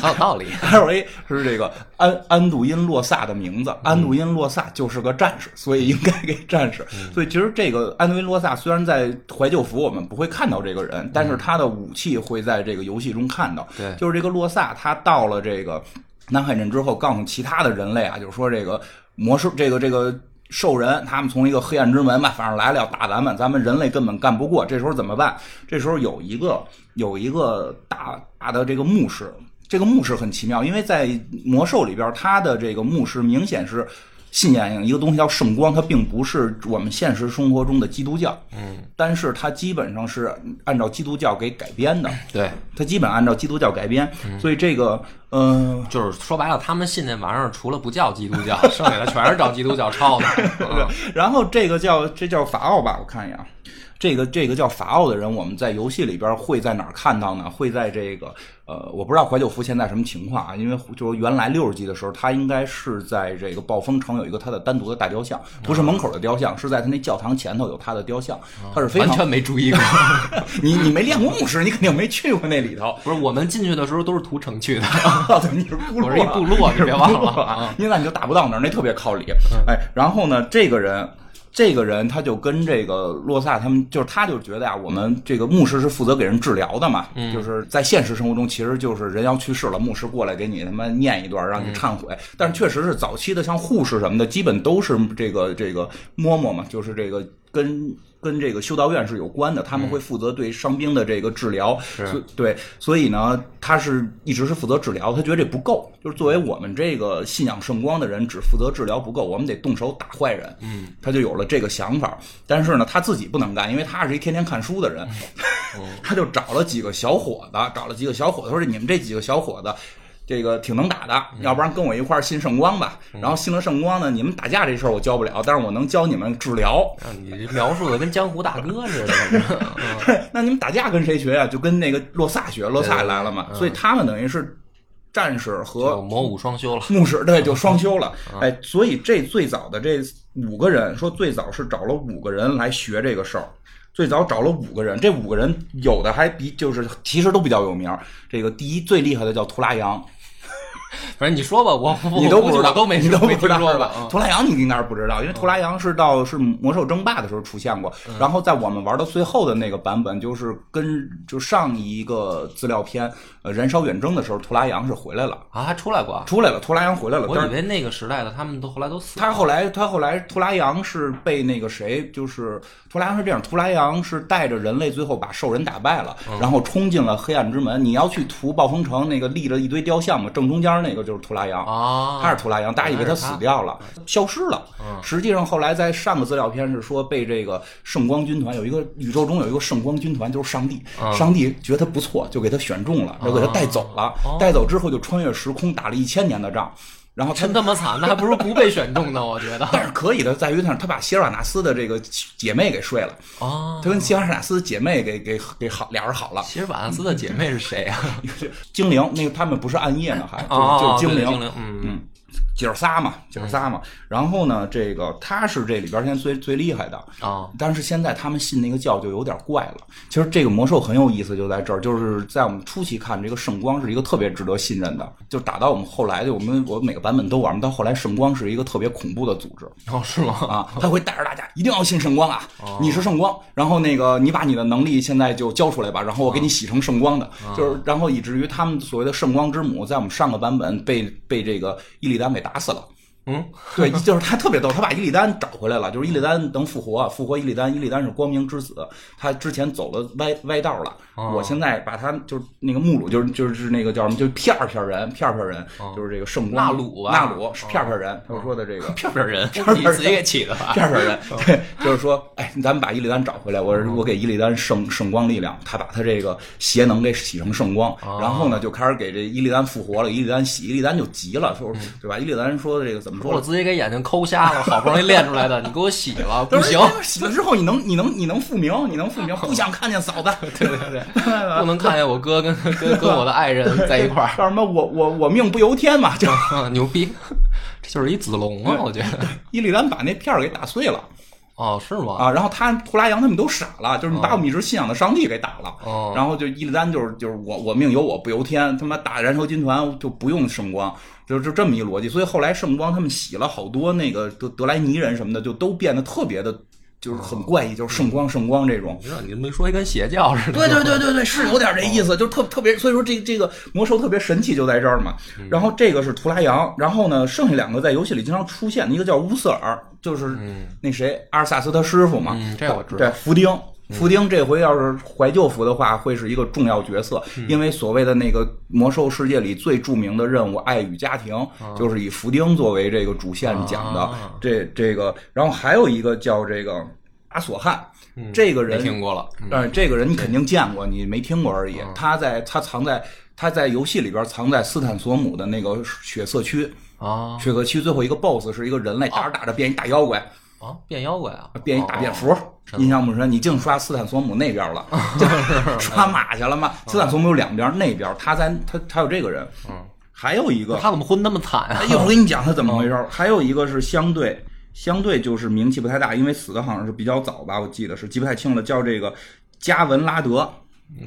Speaker 1: 很有道理。
Speaker 2: L A 是这个安安度因洛萨的名字，安度因洛萨就是个战士，所以应该给战士。所以其实这个安度因洛萨虽然在怀旧服我们不会看到这个人，但是他的武器会在这个游戏中看到。
Speaker 1: 对
Speaker 2: 就是这个洛萨，他到了这个南海镇之后，告诉其他的人类啊，就是说这个魔兽这个这个。兽人，他们从一个黑暗之门吧，反正来了要打咱们，咱们人类根本干不过。这时候怎么办？这时候有一个有一个大大的这个牧师，这个牧师很奇妙，因为在魔兽里边，他的这个牧师明显是信仰一个东西叫圣光，它并不是我们现实生活中的基督教，嗯，但是它基本上是按照基督教给改编的，
Speaker 1: 对，
Speaker 2: 它基本按照基督教改编，所以这个嗯。
Speaker 1: 就是说白了，他们信那玩意儿除了不叫基督教，剩下的全是照基督教
Speaker 2: [laughs]
Speaker 1: 抄的。嗯
Speaker 2: [laughs] 然后这个叫这叫法奥吧，我看一眼啊，这个这个叫法奥的人，我们在游戏里边会在哪儿看到呢？会在这个呃，我不知道怀旧服现在什么情况啊，因为就是原来六十级的时候，他应该是在这个暴风城有一个他的单独的大雕
Speaker 1: 哦
Speaker 2: 像，不是门口的雕像，是在他那教堂前头有他的雕像，他是非
Speaker 1: 完
Speaker 2: 常
Speaker 1: 全没注
Speaker 2: [laughs]
Speaker 1: 意过，
Speaker 2: 你你没练过牧师，你肯定没去过那里
Speaker 1: [laughs]
Speaker 2: 头。 [laughs]
Speaker 1: 不是我们进去的时候都是屠城去的，
Speaker 2: 对，你是啊部落，
Speaker 1: 我是一部落，
Speaker 2: [laughs]
Speaker 1: 你别忘了啊。嗯
Speaker 2: 因为那你就打不到那儿，那特别靠里。哎，然后呢，这个人。这个人他就跟这个洛萨他们，就是他就觉得啊，我们这个牧师是负责给人治疗的嘛，
Speaker 1: 嗯
Speaker 2: 就是在现实生活中，其实就是人要去世了，牧师过来给你他妈念一段，让
Speaker 1: 嗯
Speaker 2: 你忏悔。但是确实是早期的，像护士什么的，基本都是这个这个嬷嬷嘛，就是这个跟跟这个修道院是有关的，他们会负责对伤兵的这个治疗。所以对，所以呢，他是一直是负责治疗，他觉得这不够，就是作为我们这个信仰圣光的人，只负责治疗不够，我们得动手打坏人。嗯，他就有了这个想法，但是呢，他自己不能干，因为他是一天天看书的人， [laughs] 他就找了几个小伙子，找了几个小伙子说：“你们这几个小伙子。”这个挺能打的，要不然跟我一块儿信圣光吧。然后信了圣光呢，你们打架这事儿我教不了，但是我能教你们治疗。
Speaker 1: 啊你这描述的跟江湖大哥似
Speaker 2: [laughs]
Speaker 1: 的，
Speaker 2: 那你们打架跟谁学呀、啊就跟那个洛萨学，洛萨也来了嘛，所以他们等于是战士
Speaker 1: 就
Speaker 2: 和
Speaker 1: 魔武双修了。
Speaker 2: 牧师，对，就双修了。哎，所以这最早的这五个人，说最早是找了五个人来学这个事儿。最早找了五个人，这五个人有的还比就是其实都比较有名儿。这个第一最厉害的叫图拉扬，
Speaker 1: 反正你说吧，我我
Speaker 2: 你都不知
Speaker 1: 我
Speaker 2: 道，
Speaker 1: 都没
Speaker 2: 你都不
Speaker 1: 没听
Speaker 2: 知道
Speaker 1: 说
Speaker 2: 是
Speaker 1: 过
Speaker 2: 吧？
Speaker 1: 啊
Speaker 2: 图拉扬你应该是不知道，因为图拉扬是到是魔兽争霸的时候出现过，
Speaker 1: 嗯
Speaker 2: 然后在我们玩到最后的那个版本，就是跟就上一个资料片呃燃烧远征的时候，图拉扬是回来了，
Speaker 1: 啊，还出来过啊。
Speaker 2: 出来了，图拉扬回来了，
Speaker 1: 我
Speaker 2: 但
Speaker 1: 以
Speaker 2: 是。
Speaker 1: 为那个时代的他们都后来都死了。
Speaker 2: 他后来，他后来，图拉扬是被那个谁，就是图拉扬是这样，图拉扬是带着人类最后把兽人打败了，
Speaker 1: 嗯
Speaker 2: 然后冲进了黑暗之门。你要去屠暴风城，那个立着一堆雕像嘛，正中间那个就是图拉扬
Speaker 1: 啊，
Speaker 2: 他是图拉扬，大家以为他死掉了，消失了。
Speaker 1: 嗯
Speaker 2: 实际上后来在上个资料片是说被这个圣光军团有一个宇宙中有一个圣光军团，就是上帝，
Speaker 1: 嗯
Speaker 2: 上帝觉得他不错，就给他选中了，就给他带走
Speaker 1: 啊
Speaker 2: 了。带走之后就穿越时空打了一千年的仗，然后他
Speaker 1: 真他啊妈惨，那还不如不被选中呢，我 [laughs] 觉得。
Speaker 2: 但是可以的在于他他把希尔瓦纳斯的这个姐妹给睡了，
Speaker 1: 啊，
Speaker 2: 他跟希尔瓦纳斯的姐妹给给给好俩人好了。 [laughs]
Speaker 1: 其实瓦纳斯的姐妹是谁啊？
Speaker 2: 精灵那个他们不是暗夜呢，还
Speaker 1: 啊，
Speaker 2: 就是就是
Speaker 1: 对
Speaker 2: 精灵
Speaker 1: 精。灵，嗯，
Speaker 2: 嗯，姐儿仨嘛，姐儿仨嘛。然后呢，这个他是这里边现在最最厉害的
Speaker 1: 啊。
Speaker 2: 但是现在他们信那个教就有点怪了。其实这个魔兽很有意思，就在这儿，就是在我们初期看这个圣光是一个特别值得信任的，就打到我们后来的我们我每个版本都玩，到后来圣光是一个特别恐怖的组织。
Speaker 1: 哦，是吗？
Speaker 2: 啊，他会带着大家一定要信圣光啊！
Speaker 1: 哦
Speaker 2: 你是圣光，然后那个你把你的能力现在就交出来吧，然后我给你洗成圣光的，
Speaker 1: 哦
Speaker 2: 就是然后以至于他们所谓的圣光之母，在我们上个版本被被这个伊利丹给打死了。
Speaker 1: 嗯，
Speaker 2: 对，就是他特别逗，他把伊利丹找回来了，就是伊利丹能复活，复活伊利丹，伊利丹是光明之子，他之前走了歪歪道了，
Speaker 1: 哦
Speaker 2: 我现在把他就是那个目录，就是就是那个叫什么，就是片儿片儿人，片儿片儿人，就是这个圣光
Speaker 1: 哦纳鲁吧哦
Speaker 2: 纳鲁是片儿片儿人，他说的这个
Speaker 1: 片片人，
Speaker 2: 片
Speaker 1: 你
Speaker 2: 人
Speaker 1: 自己给起的
Speaker 2: [laughs]
Speaker 1: 吧？
Speaker 2: 这样的人，对，就是说，哎，咱们把伊利丹找回来，我我给伊利丹圣圣光力量，他把他这个邪能给洗成圣光，然后呢，就开始给这伊利丹复活了，伊利丹洗，伊利丹就急了，说对吧？伊利丹说的这个怎么嗯说
Speaker 1: 我
Speaker 2: 了？
Speaker 1: 自己给眼睛抠瞎了，好不容易练出来的，你给我洗 [laughs] 了，不行，
Speaker 2: 但是洗了之后，你能你能你能复明，你能复明，不想看见嫂子， [laughs] 对对对，
Speaker 1: 不能看见我哥 [laughs] 跟跟跟我的爱人在一块儿，
Speaker 2: 叫什么？我我我命不由天嘛，就
Speaker 1: 啊牛逼，这就是一子龙啊，我觉得。
Speaker 2: 伊利丹把那片儿给打碎了。
Speaker 1: 哦，是吗？
Speaker 2: 啊，然后他图拉扬他们都傻了，就是你把我们一直信仰的上帝给打了，
Speaker 1: 哦
Speaker 2: 然后就伊利丹就是就是我我命由我不由天，他妈打燃烧军团就不用圣光，就就这么一逻辑，所以后来圣光他们洗了好多那个德德莱尼人什么的，就都变得特别的就是很怪异，就是圣光圣光这种。
Speaker 1: 你知道你没说，跟邪教似的。
Speaker 2: 嗯对对对对对，是有点这意思，就特特别，所以说这这个魔兽特别神奇就在这儿嘛。然后这个是图拉扬，然后呢，剩下两个在游戏里经常出现，一个叫乌瑟尔，就是那谁阿尔萨斯他师傅嘛，
Speaker 1: 嗯，这我知道。嗯
Speaker 2: 对，福丁。福丁这回要是怀旧服的话，会是一个重要角色，
Speaker 1: 嗯
Speaker 2: 因为所谓的那个魔兽世界里最著名的任务《爱与家庭》，就是以福丁作为这个主线讲的
Speaker 1: 啊。
Speaker 2: 这这个，然后还有一个叫这个阿索汉，这个
Speaker 1: 嗯没
Speaker 2: 人
Speaker 1: 听过了，嗯啊
Speaker 2: 但是这个人你肯定见过，你没听过而已。他在他藏在他在游戏里边藏在斯坦索姆的那个血色区，
Speaker 1: 啊
Speaker 2: 血色区最后一个 BOSS 是一个人类，打着打着变一大妖怪，
Speaker 1: 啊，变妖怪啊，
Speaker 2: 变一大蝙蝠。
Speaker 1: 哦
Speaker 2: 印象不深，你净刷斯坦索姆那边了，就是刷马去了
Speaker 1: 哦
Speaker 2: 嘛。斯坦索姆有两边，那边他在他他有这个人，还有一个
Speaker 1: 嗯他哦怎么混那么惨啊？ [laughs]
Speaker 2: 一会儿我跟你讲他怎么回事儿。还有一个是相对相对就是名气不太大，因为死的好像是比较早吧，我记得是记不太清了，叫这个加文拉德。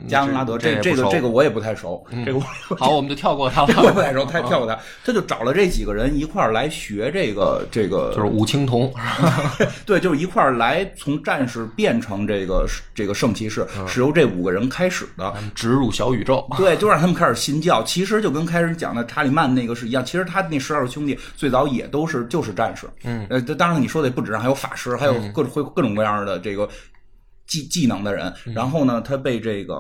Speaker 2: 加文拉德，
Speaker 1: 嗯这
Speaker 2: 这
Speaker 1: 这也
Speaker 2: 这
Speaker 1: 不熟嗯
Speaker 2: 个这个我也不太熟，这个我 [laughs]
Speaker 1: 好，我们就跳过他
Speaker 2: 这个我
Speaker 1: 了，
Speaker 2: 也不太熟，太跳过他。他就找了这几个人一块儿来学这个这个，
Speaker 1: 就是五青铜，
Speaker 2: [laughs] 对，就是一块儿来从战士变成这个这个圣骑士，是由这五个人开始的。
Speaker 1: 植入小宇宙。
Speaker 2: [laughs] 对，就让他们开始信教。其实就跟开始讲的查理曼那个是一样，其实他那十二兄弟最早也都是就是战士。嗯，呃，当然你说的也不止，还有法师，还有各种会各种各样的这个技技能的人。然后呢，他被这个。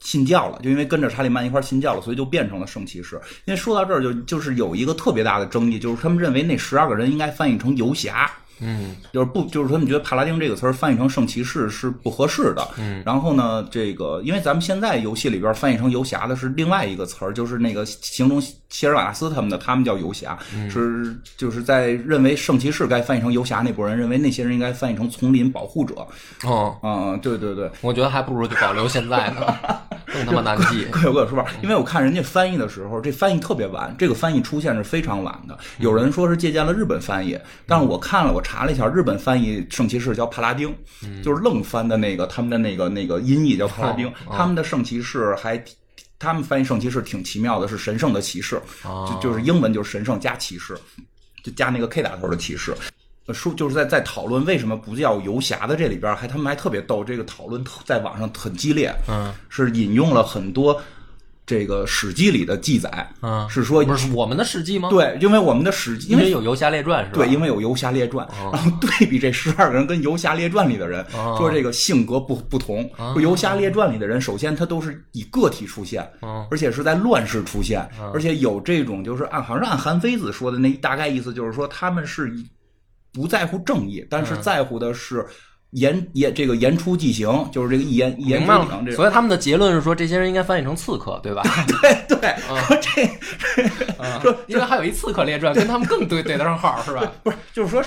Speaker 2: 信教了，就因为跟着查理曼一块儿信教了，所以就变成了圣骑士。因为说到这儿就，就是有一个特别大的争议，就是他们认为那十二个人应该翻译成游侠。
Speaker 1: 嗯，
Speaker 2: 就是不，就是他们觉得“帕拉丁”这个词儿翻译成“圣骑士”是不合适的。嗯，然后呢，这个因为咱们现在游戏里边翻译成“游侠”的是另外一个词儿，就是那个形容切尔瓦纳斯他们的，他们叫游侠，是就是在认为圣骑士该翻译成游侠那波人认为那些人应该翻译成丛林保护者。
Speaker 1: 哦，
Speaker 2: 嗯，对对对，
Speaker 1: 我觉得还不如就保留现在呢，更他妈难
Speaker 2: [laughs]
Speaker 1: 记。
Speaker 2: 各有各的说法。因为我看人家翻译的时候，这翻译特别晚，这个翻译出现是非常晚的。有人说是借鉴了日本翻译，但是我看了，我查了一下，日本翻译圣骑士叫帕拉丁，
Speaker 1: 嗯
Speaker 2: 就是愣翻的那个他们的那个那个音译叫帕拉
Speaker 1: 哦
Speaker 2: 丁，他们的圣骑士还。他们翻译圣骑士挺奇妙的，是神圣的骑士，
Speaker 1: 哦
Speaker 2: 就就是英文就是神圣加骑士，就加那个 K 打头的骑士。呃说就是在在讨论为什么不叫游侠的这里边儿还他们还特别逗，这个讨论特在网上很激烈，
Speaker 1: 嗯，
Speaker 2: 是引用了很多这个《史记》里的记载，
Speaker 1: 嗯，
Speaker 2: 是说
Speaker 1: 不是我们的事迹吗？，
Speaker 2: 对，因为我们的《史记》
Speaker 1: 因
Speaker 2: 因为
Speaker 1: 为有《游侠列传》是吧？
Speaker 2: 对，因为有《游侠列传》然后对比这十二个人跟《游侠列传》里的人，
Speaker 1: 哦
Speaker 2: 说这个性格不不同。说《游侠列传》里的人，首先他都是以个体出现，
Speaker 1: 哦
Speaker 2: 而且是在乱世出现，而且有这种就是按好像是按韩非子说的那大概意思，就是说他们是以不在乎正义，但
Speaker 1: 哦
Speaker 2: 是在乎的是言言这个言出即行，就是这个一言一言
Speaker 1: 明白
Speaker 2: 之鼎这
Speaker 1: 了。
Speaker 2: 种。
Speaker 1: 所以他们的结论是说，这些人应该翻译成刺客，对吧？
Speaker 2: [laughs] 对对，
Speaker 1: 嗯
Speaker 2: 说这
Speaker 1: 说因为还有一《刺客列传》跟他们更对对得上号
Speaker 2: [laughs]
Speaker 1: 是吧？
Speaker 2: 不是，就是说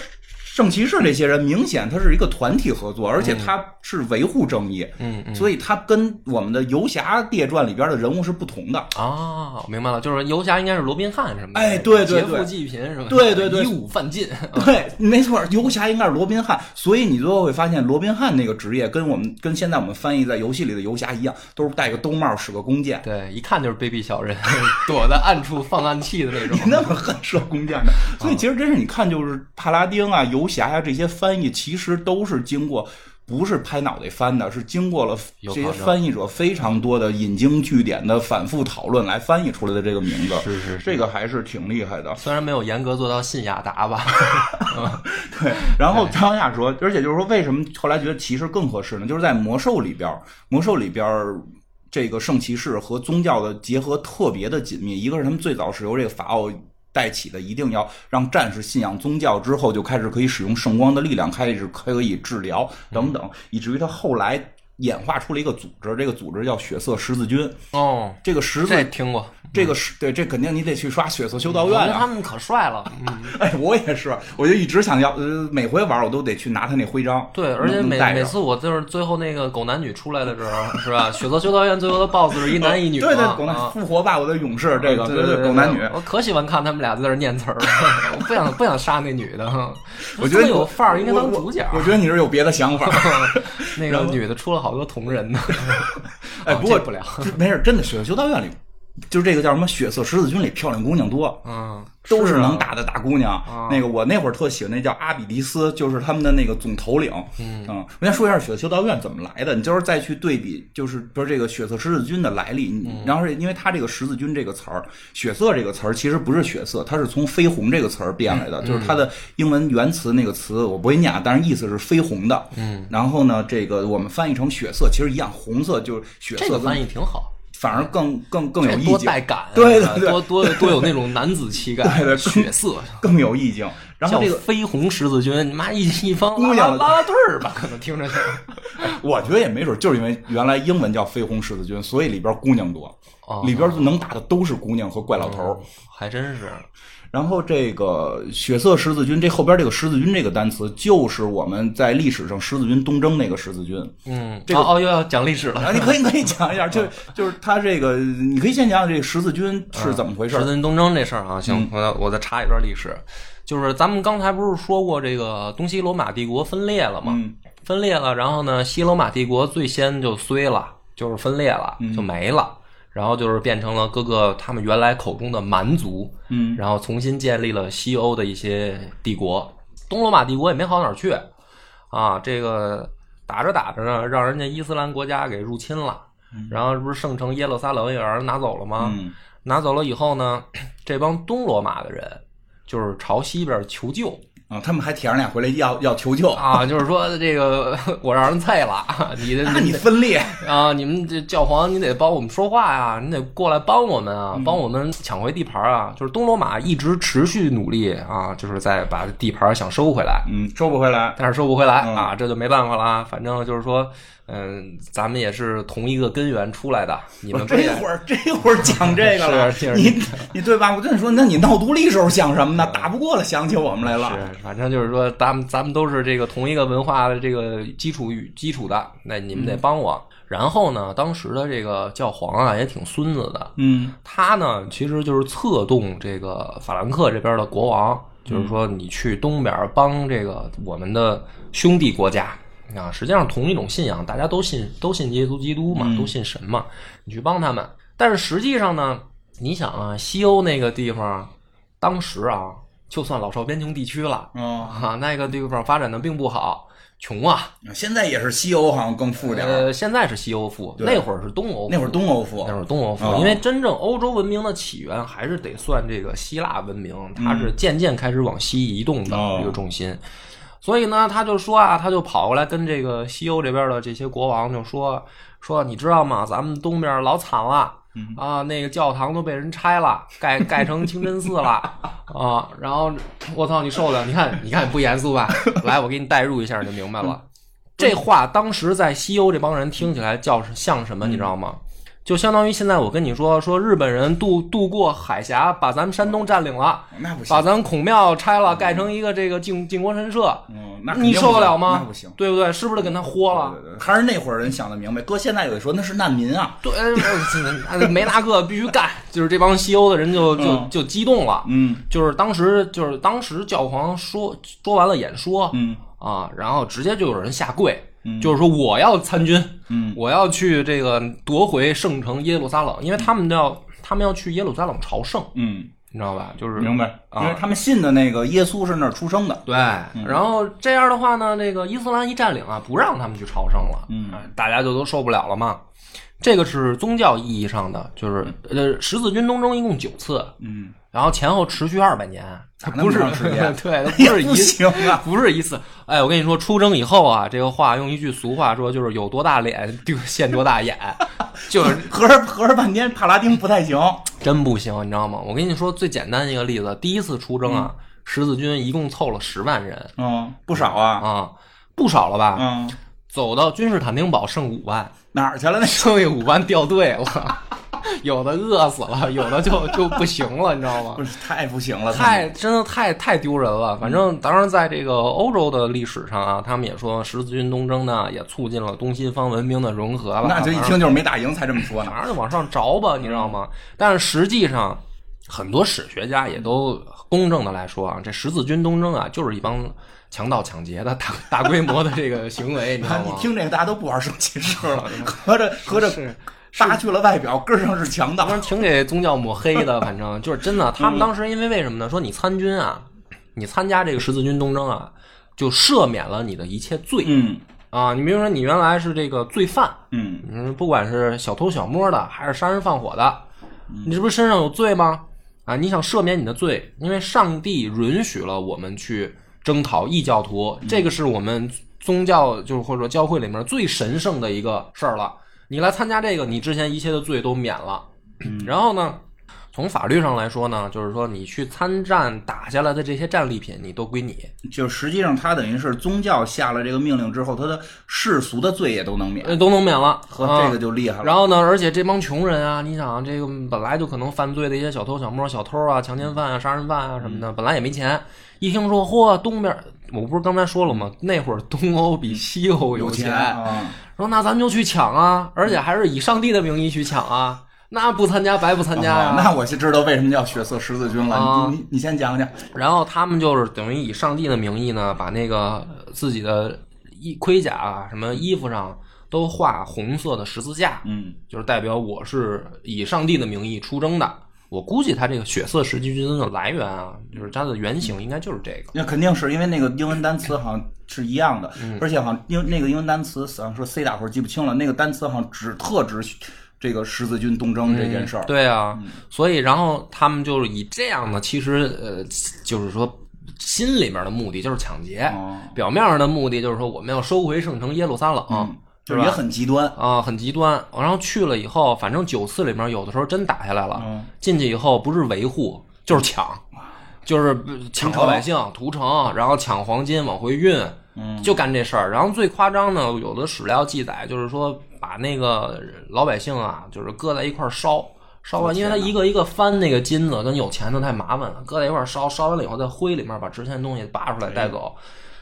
Speaker 2: 圣骑士这些人明显他是一个团体合作，而且他是维护正义，
Speaker 1: 嗯嗯
Speaker 2: 所以他跟我们的游侠列传里边的人物是不同的。
Speaker 1: 啊，明白了，就是游侠应该是罗宾汉什么的，
Speaker 2: 哎对对对
Speaker 1: 劫富济贫什么的，
Speaker 2: 对对对
Speaker 1: 以武犯
Speaker 2: [laughs]
Speaker 1: 禁，
Speaker 2: 对，没错，游侠应该是罗宾汉，所以你最后会发现罗宾汉那个职业跟我们跟现在我们翻译在游戏里的游侠一样，都是戴个兜帽，使个弓箭。
Speaker 1: 对，一看就是卑鄙小人， [laughs] 躲在暗处放暗器的那种啊
Speaker 2: 你。那么恨射弓箭的，所以其实真是你看，就是帕拉丁啊、游侠呀、这些翻译，其实都是经过不是拍脑袋翻的，是经过了
Speaker 1: 有
Speaker 2: 这
Speaker 1: 考
Speaker 2: 些
Speaker 1: 证
Speaker 2: 翻译者非常多的引经据典的反复讨论来翻译出来的这个名字。
Speaker 1: 是是是
Speaker 2: 这个还是挺厉害的。
Speaker 1: 虽然没有严格做到信雅达
Speaker 2: [laughs]
Speaker 1: 吧，
Speaker 2: 对，然后张亚说，而且就是说，为什么后来觉得骑士更合适呢？就是在魔兽里边儿，魔兽里边儿这个圣骑士和宗教的结合特别的紧密。一个是他们最早是由这个法奥。带起的一定要让战士信仰宗教之后，就开始可以使用圣光的力量，开始可以治疗等等，以至于他后来演化出了一个组织，这个组织叫血色十字军。
Speaker 1: 哦，
Speaker 2: 这个十字
Speaker 1: 这，听过，
Speaker 2: 这个是对，这肯定你得去刷血色修道院
Speaker 1: 我觉得
Speaker 2: 啊
Speaker 1: 他。们可帅了，嗯，
Speaker 2: [laughs] 哎，我也是，我就一直想要，呃，每回玩我都得去拿他那徽章。
Speaker 1: 对，而且
Speaker 2: 能
Speaker 1: 每
Speaker 2: 带着
Speaker 1: 每次我就是最后那个狗男女出来的时候， [laughs] 是吧？血色修道院最后的 BOSS 是一男一女嘛，
Speaker 2: 对对，狗男
Speaker 1: 啊
Speaker 2: 复活吧，我的勇士，这个
Speaker 1: 对
Speaker 2: 对
Speaker 1: 对，
Speaker 2: 狗男女，
Speaker 1: 我可喜欢看他们俩在那儿念词儿 [laughs] 了，我不想不想杀那女的，
Speaker 2: [laughs] 我觉得
Speaker 1: 特
Speaker 2: 你
Speaker 1: 有范儿，应该当主角。啊
Speaker 2: 我觉得你是有别的想法。 [laughs]
Speaker 1: 那个女的出了好多同人呢，
Speaker 2: 哎，
Speaker 1: 啊
Speaker 2: 哦不过
Speaker 1: 这不聊，
Speaker 2: 没事，真的，《血修道院》里 [laughs] 就是这个叫什么《血色十字军》里漂亮姑娘多，
Speaker 1: 嗯，
Speaker 2: 都是
Speaker 1: 啊
Speaker 2: 能打的大姑娘。
Speaker 1: 啊
Speaker 2: 那个我那会儿特喜欢那叫阿比迪斯，就是他们的那个总头领。嗯，我先说一下血色修道院怎么来的，你就是再去对比，就是比如这个血色十字军的来历。
Speaker 1: 嗯
Speaker 2: 你然后是因为它这个十字军这个词儿，血色这个词儿其实不是血色，它是从绯红这个词儿变来
Speaker 1: 嗯
Speaker 2: 的，就是它的英文原词那个词我不会念，啊，但是意思是绯红的。嗯，然后呢，这个我们翻译成血色其实一样，红色就是血
Speaker 1: 这
Speaker 2: 色
Speaker 1: 个
Speaker 2: 跟
Speaker 1: 翻译挺好，
Speaker 2: 反而更更更有
Speaker 1: 这
Speaker 2: 意
Speaker 1: 多
Speaker 2: 境
Speaker 1: 带。感啊，
Speaker 2: 对对对
Speaker 1: 多
Speaker 2: [laughs]
Speaker 1: 多多有那种男子气概，
Speaker 2: 对对
Speaker 1: 血色。
Speaker 2: 更有意境，然后
Speaker 1: 叫
Speaker 2: 这个
Speaker 1: 绯红十字军，你妈一一帮
Speaker 2: 姑
Speaker 1: 拉
Speaker 2: 娘
Speaker 1: 拉
Speaker 2: 了
Speaker 1: 拉拉队儿吧，可能听着
Speaker 2: [laughs]
Speaker 1: 像。
Speaker 2: 我觉得也没准，就是因为原来英文叫绯红十字军，所以里边姑娘多
Speaker 1: 哦，
Speaker 2: 里边能打的都是姑娘和怪老头儿。
Speaker 1: 还真是，
Speaker 2: 然后这个血色十字军，这后边这个十字军这个单词，就是我们在历史上十字军东征那个十字军。
Speaker 1: [laughs] 嗯，
Speaker 2: 这个
Speaker 1: 哦哦，又要讲历史了。
Speaker 2: 啊，你可以可以讲一下，
Speaker 1: 哦
Speaker 2: 就就是他这个，你可以先讲讲这个十字军是怎么回事
Speaker 1: 十
Speaker 2: 儿。嗯
Speaker 1: 字军东征这事儿啊，行，我再我再查一段历史，就是咱们刚才不是说过这个东西罗马帝国分裂了吗？
Speaker 2: 嗯
Speaker 1: 分裂了，然后呢，西罗马帝国最先就衰了，就是分裂了，
Speaker 2: 嗯
Speaker 1: 就没了，然后就是变成了各个他们原来口中的蛮族，
Speaker 2: 嗯，
Speaker 1: 然后重新建立了西欧的一些帝国，东罗马帝国也没好哪儿去，啊，这个打着打着呢，让人家伊斯兰国家给入侵了，然后不是圣城耶路撒冷也让人拿走了吗？
Speaker 2: 嗯
Speaker 1: 拿走了以后呢， [clears throat] 这帮东罗马的人就是朝西边求救，
Speaker 2: 啊，他们还铁着脸回来要要
Speaker 1: [laughs]
Speaker 2: 求救，
Speaker 1: 啊，就是说这个我让人菜了，你的
Speaker 2: 那你分裂，
Speaker 1: 啊，你们这教皇，你得帮我们说话呀、你得过来帮我们
Speaker 2: 嗯
Speaker 1: 啊，帮我们抢回地盘啊。就是东罗马一直持续努力啊，就是在把地盘想收回来，
Speaker 2: 嗯，收不回来。
Speaker 1: 但是收不回来
Speaker 2: 嗯
Speaker 1: 啊，这就没办法啦。反正就是说，嗯，咱们也是同一个根源出来的，你
Speaker 2: 我
Speaker 1: 们不
Speaker 2: 这
Speaker 1: 也
Speaker 2: 会儿这会儿讲这个
Speaker 1: [laughs]
Speaker 2: 了，
Speaker 1: 是是啊
Speaker 2: 你你对吧？我跟你说，那你闹独立时候想什么呢？打不过了，想起我们来了。
Speaker 1: 是，反正就是说，咱们咱们都是这个同一个文化的这个基础与基础的，那你们得帮我。然后呢，当时的这个教皇啊，也挺孙子的，
Speaker 2: 嗯
Speaker 1: 他呢其实就是策动这个法兰克这边的国王，就是说你去东边帮这个我们的兄弟国家。啊，实际上同一种信仰，大家都信都信耶稣基督
Speaker 2: 嗯
Speaker 1: 嘛，都信神嘛，你去帮他们。但是实际上呢，你想啊，西欧那个地方，当时啊，就算老少边穷地区了
Speaker 2: 哦，
Speaker 1: 啊，那个地方发展的并不好，穷啊。
Speaker 2: 现在也是西欧，好像更富点儿。
Speaker 1: 呃，现在是西欧富，
Speaker 2: 啊对
Speaker 1: 那会儿是东欧富，
Speaker 2: 那会儿东欧富
Speaker 1: 那，会儿东欧
Speaker 2: 哦
Speaker 1: 富，因为真正欧洲文明的起源还是得算这个希腊文明，它是渐渐开始往西移动的
Speaker 2: 哦
Speaker 1: 一个重心。所以呢，他就说啊，他就跑过来跟这个西欧这边的这些国王就说说，你知道吗？咱们东边老惨了。啊，那个教堂都被人拆了，盖盖成清真寺了啊！然后我操，你受的，你看，你看不严肃吧？来，我给你代入一下，你就明白了。这话当时在西欧这帮人听起来叫像什么，你知道吗？就相当于现在我跟你说，说日本人渡渡过海峡，把咱们山东占领了，
Speaker 2: 哦那不
Speaker 1: 把
Speaker 2: 行，
Speaker 1: 咱们孔庙拆了，盖成一个这个靖靖国神社，
Speaker 2: 嗯，那肯定
Speaker 1: 你
Speaker 2: 不行
Speaker 1: 受得了吗？
Speaker 2: 那不行，
Speaker 1: 对不对？是不是得跟他豁了？
Speaker 2: 对对对还是那会儿人想的明白。搁现在有的说那是难民啊，
Speaker 1: 对，呃没那个必须干，就是这帮西欧的人就就
Speaker 2: 嗯
Speaker 1: 就激动了，
Speaker 2: 嗯
Speaker 1: 就是当时就是当时教皇说说完了演说
Speaker 2: 嗯
Speaker 1: 啊，然后直接就有人下跪，
Speaker 2: 嗯
Speaker 1: 就是说我要参军，
Speaker 2: 嗯
Speaker 1: 我要去这个夺回圣城耶路撒冷，因为他们要他们要去耶路撒冷朝圣，
Speaker 2: 嗯，
Speaker 1: 你知道吧？就是
Speaker 2: 明白。因
Speaker 1: 啊
Speaker 2: 为他们信的那个耶稣是那儿出生的，
Speaker 1: 对，
Speaker 2: 嗯
Speaker 1: 然后这样的话呢，那个伊斯兰一占领啊，不让他们去朝圣了，啊
Speaker 2: 嗯，
Speaker 1: 大家就都受不了了嘛。这个是宗教意义上的，就是呃，十字军东征一共九次，
Speaker 2: 嗯，
Speaker 1: 然后前后持续二百年，它
Speaker 2: 打那么
Speaker 1: 不是
Speaker 2: 长时
Speaker 1: [laughs]
Speaker 2: 间
Speaker 1: 对，它
Speaker 2: 也
Speaker 1: 不是
Speaker 2: 不
Speaker 1: 一
Speaker 2: [laughs]
Speaker 1: 次，
Speaker 2: 行啊。
Speaker 1: 不是一次。哎，我跟你说，出征以后啊，这个话用一句俗话说，就是有多大脸丢现多
Speaker 2: [laughs]
Speaker 1: 大眼，就是
Speaker 2: 合着合着半天，帕拉丁不太行。
Speaker 1: 真不行，你知道吗？我跟你说最简单一个例子，第一次出征啊，十字军一共凑了十万人
Speaker 2: 嗯，不少啊。
Speaker 1: 啊，不少了吧？
Speaker 2: 嗯，
Speaker 1: 走到君士坦丁堡剩五万， [laughs]
Speaker 2: 哪儿去了那？
Speaker 1: 剩下五万掉队了， [laughs] 有的饿死了，有的就就不行了，你知道吗
Speaker 2: 不？是太不行了，
Speaker 1: 太真的太太丢人了。反正
Speaker 2: 嗯
Speaker 1: 当然，在这个欧洲的历史上啊，他们也说十字军东征呢，也促进了东西方文明的融合了。
Speaker 2: 那就一
Speaker 1: 反正
Speaker 2: 听就是嗯没打赢才这么说呢。
Speaker 1: 哪儿就往上着吧，你知道吗？但是实际上，很多史学家也都公正的来说啊，这十字军东征啊，就是一帮强盗抢劫的大大规模的这个行为，你知道
Speaker 2: [laughs] 啊
Speaker 1: 吗？
Speaker 2: 你听这个，大家都不玩圣骑士了，合着合着
Speaker 1: 是
Speaker 2: 杀去了外表，根儿上是强
Speaker 1: 当
Speaker 2: 盗。
Speaker 1: 时挺给宗教抹黑的，反正就是真的。他们当时因为为什么呢？说你参军啊，你参加这个十字军东征啊，就赦免了你的一切罪、
Speaker 2: 嗯
Speaker 1: 啊。你比如说，你原来是这个罪犯，
Speaker 2: 嗯，
Speaker 1: 嗯，不管是小偷小摸的，还是杀人放火的，你这不是身上有罪吗？啊，你想赦免你的罪，因为上帝允许了我们去征讨异教徒，这个是我们宗教就是或者说教会里面最神圣的一个事儿了。你来参加这个，你之前一切的罪都免了。
Speaker 2: 嗯
Speaker 1: 然后呢，从法律上来说呢，就是说你去参战打下来的这些战利品，你都归你。
Speaker 2: 就是实际上他等于是宗教下了这个命令之后，他的世俗的罪也都能免，
Speaker 1: 呃，都能免了，
Speaker 2: 呵，
Speaker 1: 啊
Speaker 2: 这个就厉害了。
Speaker 1: 然后呢，而且这帮穷人啊，你想啊这个本来就可能犯罪的一些小偷、小摸、小偷啊、强奸犯啊、杀人犯啊什么
Speaker 2: 嗯
Speaker 1: 的，本来也没钱，一听说嚯，东边，我不是刚才说了吗？那会儿东欧比西欧有
Speaker 2: 钱
Speaker 1: 钱，
Speaker 2: 啊，
Speaker 1: 说那咱们就去抢啊，而且还是以上帝的名义去抢啊，那不参加白不参加呀、
Speaker 2: 啊那我就知道为什么叫血色十字军了。
Speaker 1: 啊
Speaker 2: 你你你先讲讲，
Speaker 1: 然后他们就是等于以上帝的名义呢，把那个呃自己的衣盔甲啊、什么衣服上都画红色的十字架，
Speaker 2: 嗯，
Speaker 1: 就是代表我是以上帝的名义出征的。我估计他这个血色十字军的来源啊，就是它的原型应该就是这个。
Speaker 2: 那肯定是因为那个英文单词好像是一样的，
Speaker 1: 嗯
Speaker 2: 而且好像英那个英文单词好像说 C 打头记不清了，那个单词好像只特指这个十字军东征这件事儿。嗯
Speaker 1: 对啊，所以然后他们就是以这样的，其实呃，就是说心里面的目的就是抢劫，
Speaker 2: 哦
Speaker 1: 表面上的目的就是说我们要收回圣城耶路撒冷。
Speaker 2: 嗯就是也很极端。
Speaker 1: 啊，很极端。然后去了以后，反正九次里面有的时候真打下来了，
Speaker 2: 嗯
Speaker 1: 进去以后不是维护就是抢，就是呃抢老百姓、屠城，然后抢黄金往回运，就干这事儿。然后最夸张呢，有的史料记载就是说把那个老百姓啊，就是搁在一块儿烧。烧完，因为他一个一个翻那个金子，跟有钱的太麻烦了，搁在一块儿烧，烧完了以后在灰里面把值钱的东西扒出来带走，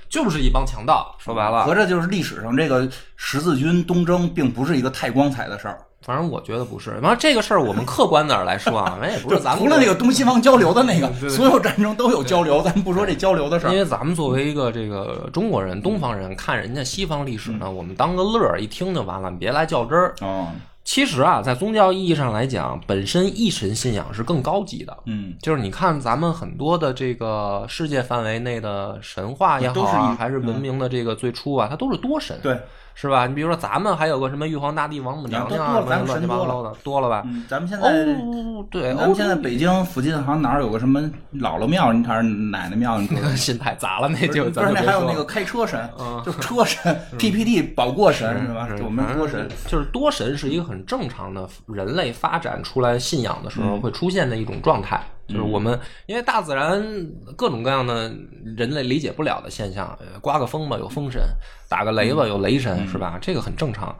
Speaker 1: 就是一帮强盗。说白了，
Speaker 2: 合着就是历史上这个十字军东征并不是一个太光彩的事儿，
Speaker 1: 反正我觉得不是。然后这个事儿，我们客观点儿来说 [laughs] 啊，反正也不
Speaker 2: 就是
Speaker 1: 咱们
Speaker 2: 除了那个东西方交流的那个，所有战争都有交流，咱们不说这交流的事
Speaker 1: 因
Speaker 2: 儿。
Speaker 1: 为咱们作为一个这个中国人、东方人，看人家西方历史呢，我们当个乐儿，一听就完了，别来较真儿。
Speaker 2: 哦，
Speaker 1: 其实啊，在宗教意义上来讲，本身一神信仰是更高级的。
Speaker 2: 嗯，
Speaker 1: 就是你看咱们很多的这个世界范围内的神话也好、
Speaker 2: 都是
Speaker 1: 啊，
Speaker 2: 一
Speaker 1: 还是文明的这个最初啊，它都是多神，
Speaker 2: 对，
Speaker 1: 是吧？你比如说咱们还有个什么玉皇大帝、王母娘娘啊，
Speaker 2: 多了咱
Speaker 1: 什么
Speaker 2: 们
Speaker 1: 乱
Speaker 2: 神
Speaker 1: 七八
Speaker 2: 多
Speaker 1: 糟的，多了吧？
Speaker 2: 嗯，咱们现在。
Speaker 1: 哦，对，
Speaker 2: 咱
Speaker 1: 欧
Speaker 2: 们
Speaker 1: 洲
Speaker 2: 现在北京附近好像哪儿有个什么姥姥庙，还是奶奶庙？你知道吗？
Speaker 1: 心太杂了，那 [laughs]
Speaker 2: 不，
Speaker 1: 就是
Speaker 2: 不
Speaker 1: 咱就
Speaker 2: 是那
Speaker 1: 别
Speaker 2: 还
Speaker 1: 说
Speaker 2: 有那
Speaker 1: 了啊
Speaker 2: 个开车神，就是车神、PPT
Speaker 1: [laughs]
Speaker 2: 保过
Speaker 1: 嗯
Speaker 2: 神是吧？就我们
Speaker 1: 反正
Speaker 2: 说神，
Speaker 1: 就是多神是一个很正常的人类发展出来信仰的时
Speaker 2: 嗯
Speaker 1: 候会出现的一种状态，就是我们因为大自然各种各样的人类理解不了的现象，呃刮个风吧有风神，打个雷吧
Speaker 2: 嗯
Speaker 1: 有雷神，是吧？这个很正常。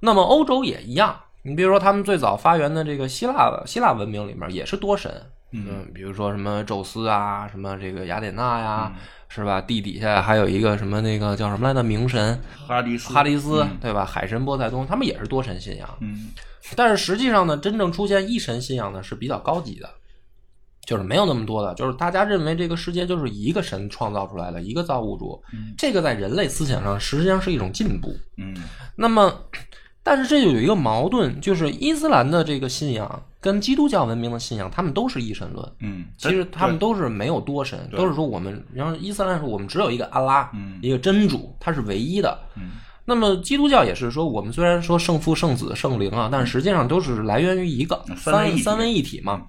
Speaker 1: 那么欧洲也一样，你比如说他们最早发源的这个希腊希腊文明里面也是多神，嗯，比如说什么宙斯啊，什么这个雅典娜呀、
Speaker 2: 嗯
Speaker 1: 是吧？地底下还有一个什么那个叫什么来着冥神，
Speaker 2: 哈迪斯
Speaker 1: 哈迪斯，对吧？海神波塞冬，他们也是多神信仰，
Speaker 2: 嗯，
Speaker 1: 但是实际上呢，真正出现一神信仰呢是比较高级的，就是没有那么多的，就是大家认为这个世界就是一个神创造出来的一个造物主，这个在人类思想上实际上是一种进步。
Speaker 2: 嗯，
Speaker 1: 那么，但是这就有一个矛盾，就是伊斯兰的这个信仰跟基督教文明的信仰，他们都是一神论。
Speaker 2: 嗯，
Speaker 1: 其实他们都是没有多神，都是说我们，然后伊斯兰说我们只有一个安拉，
Speaker 2: 嗯
Speaker 1: 一个真主，他是唯一的。那么基督教也是说，我们虽然说圣父、圣子、圣灵啊，但实际上都是来源于一个
Speaker 2: 三位一
Speaker 1: 三
Speaker 2: 体
Speaker 1: 三位一体嘛。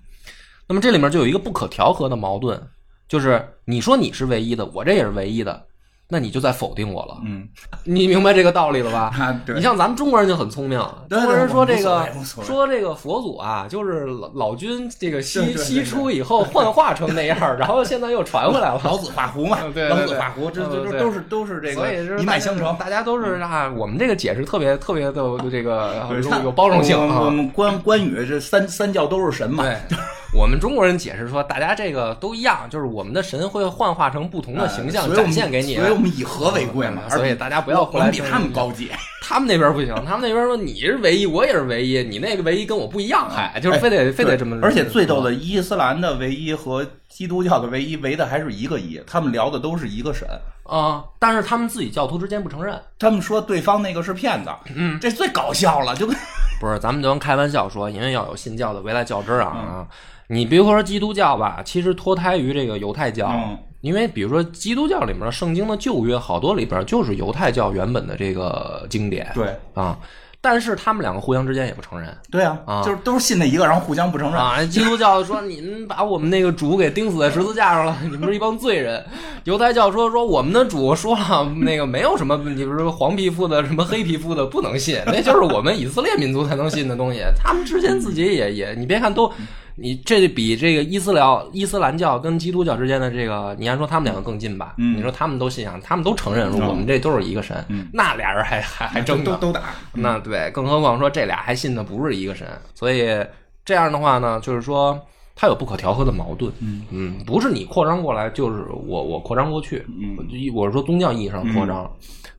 Speaker 1: 那么这里面就有一个不可调和的矛盾，就是你说你是唯一的，我这也是唯一的，那你就在否定我了。 [laughs]
Speaker 2: 嗯，
Speaker 1: 你明白这个道理了吧？
Speaker 2: 啊， [laughs] 对
Speaker 1: 你，像咱们中国人就很聪明，啊
Speaker 2: 对对
Speaker 1: 中国人说这
Speaker 2: 我
Speaker 1: 个
Speaker 2: 们无所谓无所谓
Speaker 1: 说这个佛祖啊，就是老老君这个
Speaker 2: 对
Speaker 1: 西
Speaker 2: 对对
Speaker 1: 西出以
Speaker 2: [laughs]
Speaker 1: 后幻化成那样，然后现在又传回来了。
Speaker 2: 老子画胡嘛，
Speaker 1: 嗯对对
Speaker 2: 老子
Speaker 1: 对
Speaker 2: 画胡，这这
Speaker 1: 嗯
Speaker 2: 这
Speaker 1: 对
Speaker 2: 都是都是这
Speaker 1: 所以
Speaker 2: 个
Speaker 1: 是
Speaker 2: 一脉相承。嗯
Speaker 1: 大家都是啊，我们这个解释特别特别的这个
Speaker 2: 对
Speaker 1: 有
Speaker 2: 看
Speaker 1: 有包容性
Speaker 2: 我们我
Speaker 1: 啊。
Speaker 2: 们关关羽这三三教都是神嘛，
Speaker 1: 对，
Speaker 2: [laughs]
Speaker 1: 我们中国人解释说，大家这个都一样，就是我们的神会幻化成不同的
Speaker 2: 呃
Speaker 1: 形象
Speaker 2: 所以我
Speaker 1: 展
Speaker 2: 们
Speaker 1: 现给你啊
Speaker 2: 所。以我们以和为贵嘛，
Speaker 1: 嗯所以大家不要
Speaker 2: 我
Speaker 1: 过来
Speaker 2: 们比
Speaker 1: 争
Speaker 2: 他们高级。
Speaker 1: 他们那边不行，他们那边说你是唯一，我也是唯一，你那个唯一跟我不一样，嗨，就是非得非得这么。
Speaker 2: 哎而且最逗的，伊斯兰的唯一和基督教的唯一，唯的还是一个一，他们聊的都是一个神。
Speaker 1: 啊，但是他们自己教徒之间不承认。
Speaker 2: 他们说对方那个是骗子，嗯，这最搞笑了，就跟
Speaker 1: 不是，咱们能开玩笑说，因为要有信教的围来较真儿
Speaker 2: 嗯
Speaker 1: 啊。你比如说基督教吧，其实脱胎于这个犹太教，
Speaker 2: 嗯
Speaker 1: 因为比如说基督教里面圣经的旧约好多里边就是犹太教原本的这个经典，
Speaker 2: 对
Speaker 1: 啊，但是他们两个互相之间也不承认。
Speaker 2: 对啊，
Speaker 1: 啊
Speaker 2: 就是都是信那一个，然后互相不承认。
Speaker 1: 啊！基督教说你们把我们那个主给钉死在十字架上了，你们是一帮罪人。犹太教说说我们的主说了，那个没有什么，你不是黄皮肤的，什么黑皮肤的不能信，那就是我们以色列民族才能信的东西。他们之间自己也也，你别看都，你这比这个伊斯兰伊斯兰教跟基督教之间的这个，你按说他们两个更近吧？
Speaker 2: 嗯
Speaker 1: 你说他们都信仰，他们都承认说
Speaker 2: 嗯
Speaker 1: 我们这都是一个神，
Speaker 2: 嗯
Speaker 1: 那俩人还还还争呢
Speaker 2: 都都打，
Speaker 1: 那对，更何况说这俩还信的不是一个神，所以这样的话呢，就是说它有不可调和的矛盾。嗯不是你扩张过来，就是我我扩张过去。
Speaker 2: 嗯
Speaker 1: 我就一，我是说宗教意义上扩张，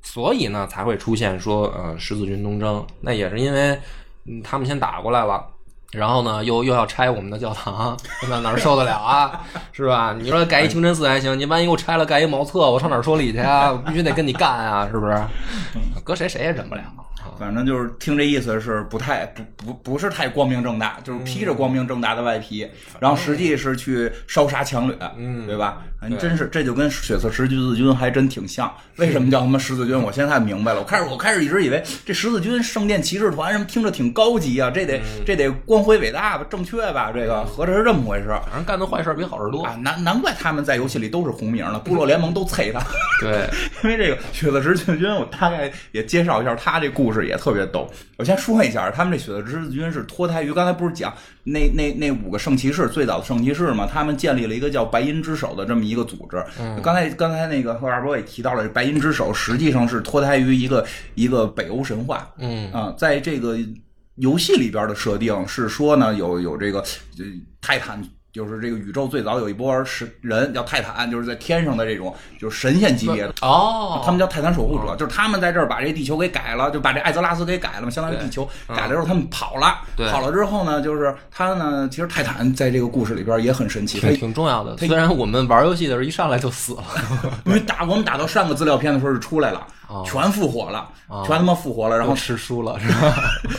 Speaker 1: 所以呢才会出现说呃十字军东征，那也是因为、嗯他们先打过来了。然后呢，又又要拆我们的教堂， [laughs] 那哪儿受得了啊？是吧？你说盖一清真寺还行，你万一给我拆了盖一茅厕，我上哪儿说理去啊？我必须得跟你干啊，是不是？搁谁谁也忍不了。
Speaker 2: 反正就是听这意思是不太不不不是太光明正大，就是披着光明正大的外皮，然后实际是去烧杀抢掠，嗯，对吧？哎真是这就跟血色十字军还真挺像。为什么叫他妈十字军？我现在明白了。我开始我开始一直以为这十字军圣殿骑士团什么听着挺高级啊，这得这得光辉伟大吧，正确吧？这个合着是这么回事儿
Speaker 1: 反正干的坏事儿比好事儿多
Speaker 2: 啊？。难难怪他们在游戏里都是红名了，部落联 [laughs] 盟都啐他。
Speaker 1: 对，
Speaker 2: [laughs] 因为这个血色十字军，我大概也介绍一下他这故事也特别逗。我先说一下，他们这血色十字军是脱胎于刚才不是讲那那那五个圣骑士最早的圣骑士嘛，他们建立了一个叫白银之手的这么一个组织。刚才刚才那个贺二波也提到了，白银之手实际上是脱胎于一个一个北欧神话。
Speaker 1: 嗯
Speaker 2: 啊、在这个游戏里边的设定是说呢，有有这个呃泰坦。就是这个宇宙最早有一波神人叫泰坦，就是在天上的这种就是神仙级别的，
Speaker 1: 哦
Speaker 2: 他们叫泰坦守护者，就是他们在这儿把这地球给改了，就把这艾泽拉斯给改了嘛，相当于
Speaker 1: 对
Speaker 2: 地球改了之后他们跑了，
Speaker 1: 对
Speaker 2: 跑了之后呢，就是他呢，其实泰坦在这个故事里边也很神
Speaker 1: [laughs]
Speaker 2: 奇，他
Speaker 1: 挺挺重要的。虽然我们玩游戏的时候一上来就死 [laughs] 了，
Speaker 2: 因为打我们打到上个资料片的时候就出来了，
Speaker 1: 哦
Speaker 2: 全复活了，全他妈复活了，然后
Speaker 1: 都吃书了，是吧？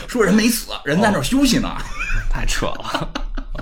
Speaker 2: 说人没死，人在那儿休息
Speaker 1: 哦
Speaker 2: 呢，
Speaker 1: [laughs] 太扯了。
Speaker 2: [laughs]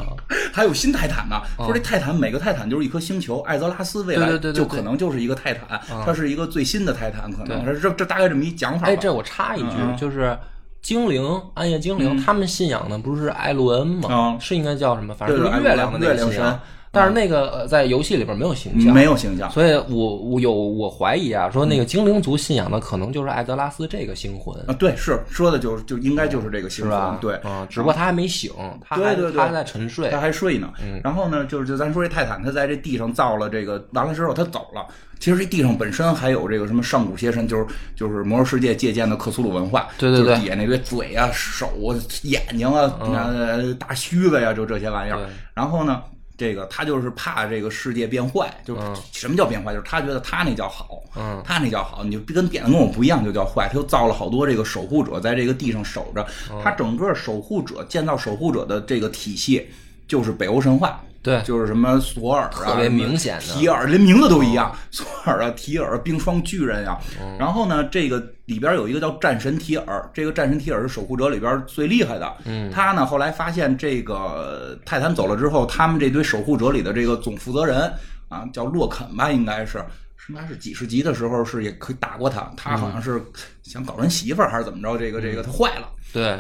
Speaker 2: 还有新泰坦呢，说这泰坦每个泰坦就是一颗星球，艾泽拉斯未来
Speaker 1: 哦对对对对
Speaker 2: 就
Speaker 1: 对
Speaker 2: 可能就是一个泰坦，它是一个最新的泰坦，可能这这这大概这么一讲法吧。
Speaker 1: [laughs] 哎，这我插一句，就是。精灵，暗夜精灵，他们信仰的不是艾伦恩吗？
Speaker 2: 嗯
Speaker 1: 是应该叫什么？反正就是
Speaker 2: 对
Speaker 1: 月亮的那
Speaker 2: 月
Speaker 1: 个
Speaker 2: 亮
Speaker 1: 信仰
Speaker 2: 神。
Speaker 1: 但是那个呃在游戏里边没有形象，
Speaker 2: 没有形象，
Speaker 1: 所以我我有我怀疑啊，说那个精灵族信仰的可能就是艾泽拉斯这个星魂，
Speaker 2: 啊，对，是说的就就应该就是这个星
Speaker 1: 是吧
Speaker 2: 座，？对，
Speaker 1: 啊，只不过他还没醒，他还
Speaker 2: 对对对
Speaker 1: 他还在沉睡
Speaker 2: 他。还睡呢。
Speaker 1: 嗯
Speaker 2: 然后呢，就是就咱说这泰坦，他在这地上造了这个，完了之后他走了。其实这地上本身还有这个什么上古邪神，就是就是魔兽世界借鉴的克苏鲁文化，
Speaker 1: 对对对嗯
Speaker 2: 就是底下那堆嘴啊、手啊、眼睛啊、呃大须子呀、就这些玩意儿
Speaker 1: 对。
Speaker 2: 然后呢？这个他就是怕这个世界变坏，就是什么叫变坏？就是他觉得他那叫好，
Speaker 1: 嗯
Speaker 2: 他那叫好，你就跟变得跟我不一样就叫坏。他又造了好多这个守护者，在这个地上守着。
Speaker 1: 嗯
Speaker 2: 他整个守护者建造守护者的这个体系，就是北欧神话，
Speaker 1: 对，
Speaker 2: 就是什么索尔啊，
Speaker 1: 特别明显的
Speaker 2: 提尔，连名字都一样，索尔啊，提尔，冰霜巨人呀、然后呢，这个里边有一个叫战神提尔，这个战神提尔是守护者里边最厉害的。嗯，他呢后来发现这个泰坦走了之后，他们这堆守护者里的这个总负责人啊，叫洛肯吧，应该是。应该是几十级的时候是也可以打过他，他好像是想搞人媳妇儿还是怎么着？这个这个他坏了，
Speaker 1: 对，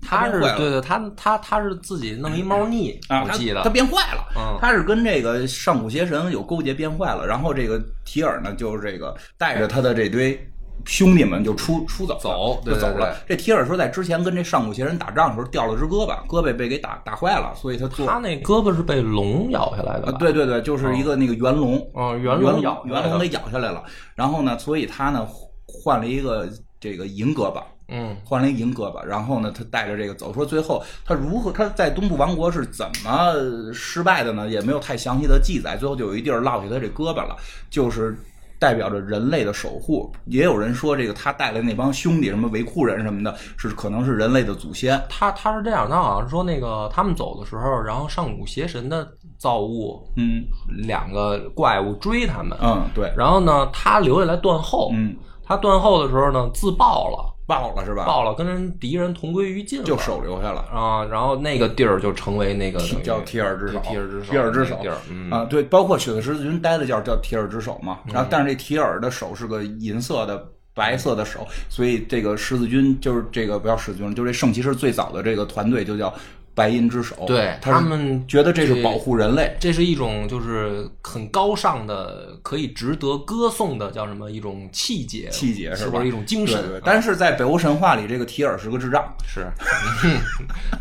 Speaker 2: 他
Speaker 1: 他
Speaker 2: 变
Speaker 1: 是
Speaker 2: 坏了
Speaker 1: 对对，他他他是自己弄一猫腻，
Speaker 2: 啊，
Speaker 1: 我
Speaker 2: 他
Speaker 1: 记
Speaker 2: 他
Speaker 1: 得。
Speaker 2: 变坏了，
Speaker 1: 嗯
Speaker 2: 他是跟这个上古邪神有勾结，变坏了。然后这个提尔呢，就是这个带着他的这堆兄弟们就出出走了
Speaker 1: 走对
Speaker 2: 就走了
Speaker 1: 对。
Speaker 2: 这提尔说，在之前跟这上古邪神打仗的时候掉了只胳膊，胳膊被给打打坏了，所以他做
Speaker 1: 他那胳膊是被龙咬下来的
Speaker 2: 啊，
Speaker 1: 吧？
Speaker 2: 对对对，就是一个那个元龙，
Speaker 1: 嗯哦
Speaker 2: 元
Speaker 1: 元龙咬下来的
Speaker 2: 元龙给咬下来了。然后呢，所以他呢换了一个这个银胳膊，
Speaker 1: 嗯，
Speaker 2: 换了一银胳膊，然后呢，他带着这个走，说最后他如何他在东部王国是怎么失败的呢？也没有太详细的记载，最后就有一地儿落下他这胳膊了，就是代表着人类的守护。也有人说，这个他带来那帮兄弟，什么维库人什么的，是可能是人类的祖先。
Speaker 1: 他他是这样，他好像说那个他们走的时候，然后上古邪神的造物
Speaker 2: 嗯
Speaker 1: 两个怪物追他们，
Speaker 2: 嗯，对，
Speaker 1: 然后呢，他留下来断后，
Speaker 2: 嗯，
Speaker 1: 他断后的时候呢，自爆了，
Speaker 2: 爆了是吧？
Speaker 1: 爆了，跟人敌人同归于尽了，
Speaker 2: 就手留下了。
Speaker 1: 啊，然后那个地儿就成为那个等于
Speaker 2: 叫提尔之手，
Speaker 1: 提尔之手，
Speaker 2: 提尔之手
Speaker 1: 那个地儿，嗯，
Speaker 2: 啊，对，包括血色十字军待的叫叫提尔之手嘛。然后，但是这提尔的手是个银色的、白色的手，所以这个十字军就是这个不要十字军了，就是这圣骑士最早的这个团队就叫白银之手。
Speaker 1: 对
Speaker 2: 他是
Speaker 1: 他们
Speaker 2: 觉得这是保护人类。
Speaker 1: 这是一种就是很高尚的，可以值得歌颂的，叫什么一种气节？
Speaker 2: 气节
Speaker 1: 是
Speaker 2: 吧
Speaker 1: 不是一种精神？
Speaker 2: 对对但是在北欧神话里，这个提尔是个智障，
Speaker 1: 是， [laughs]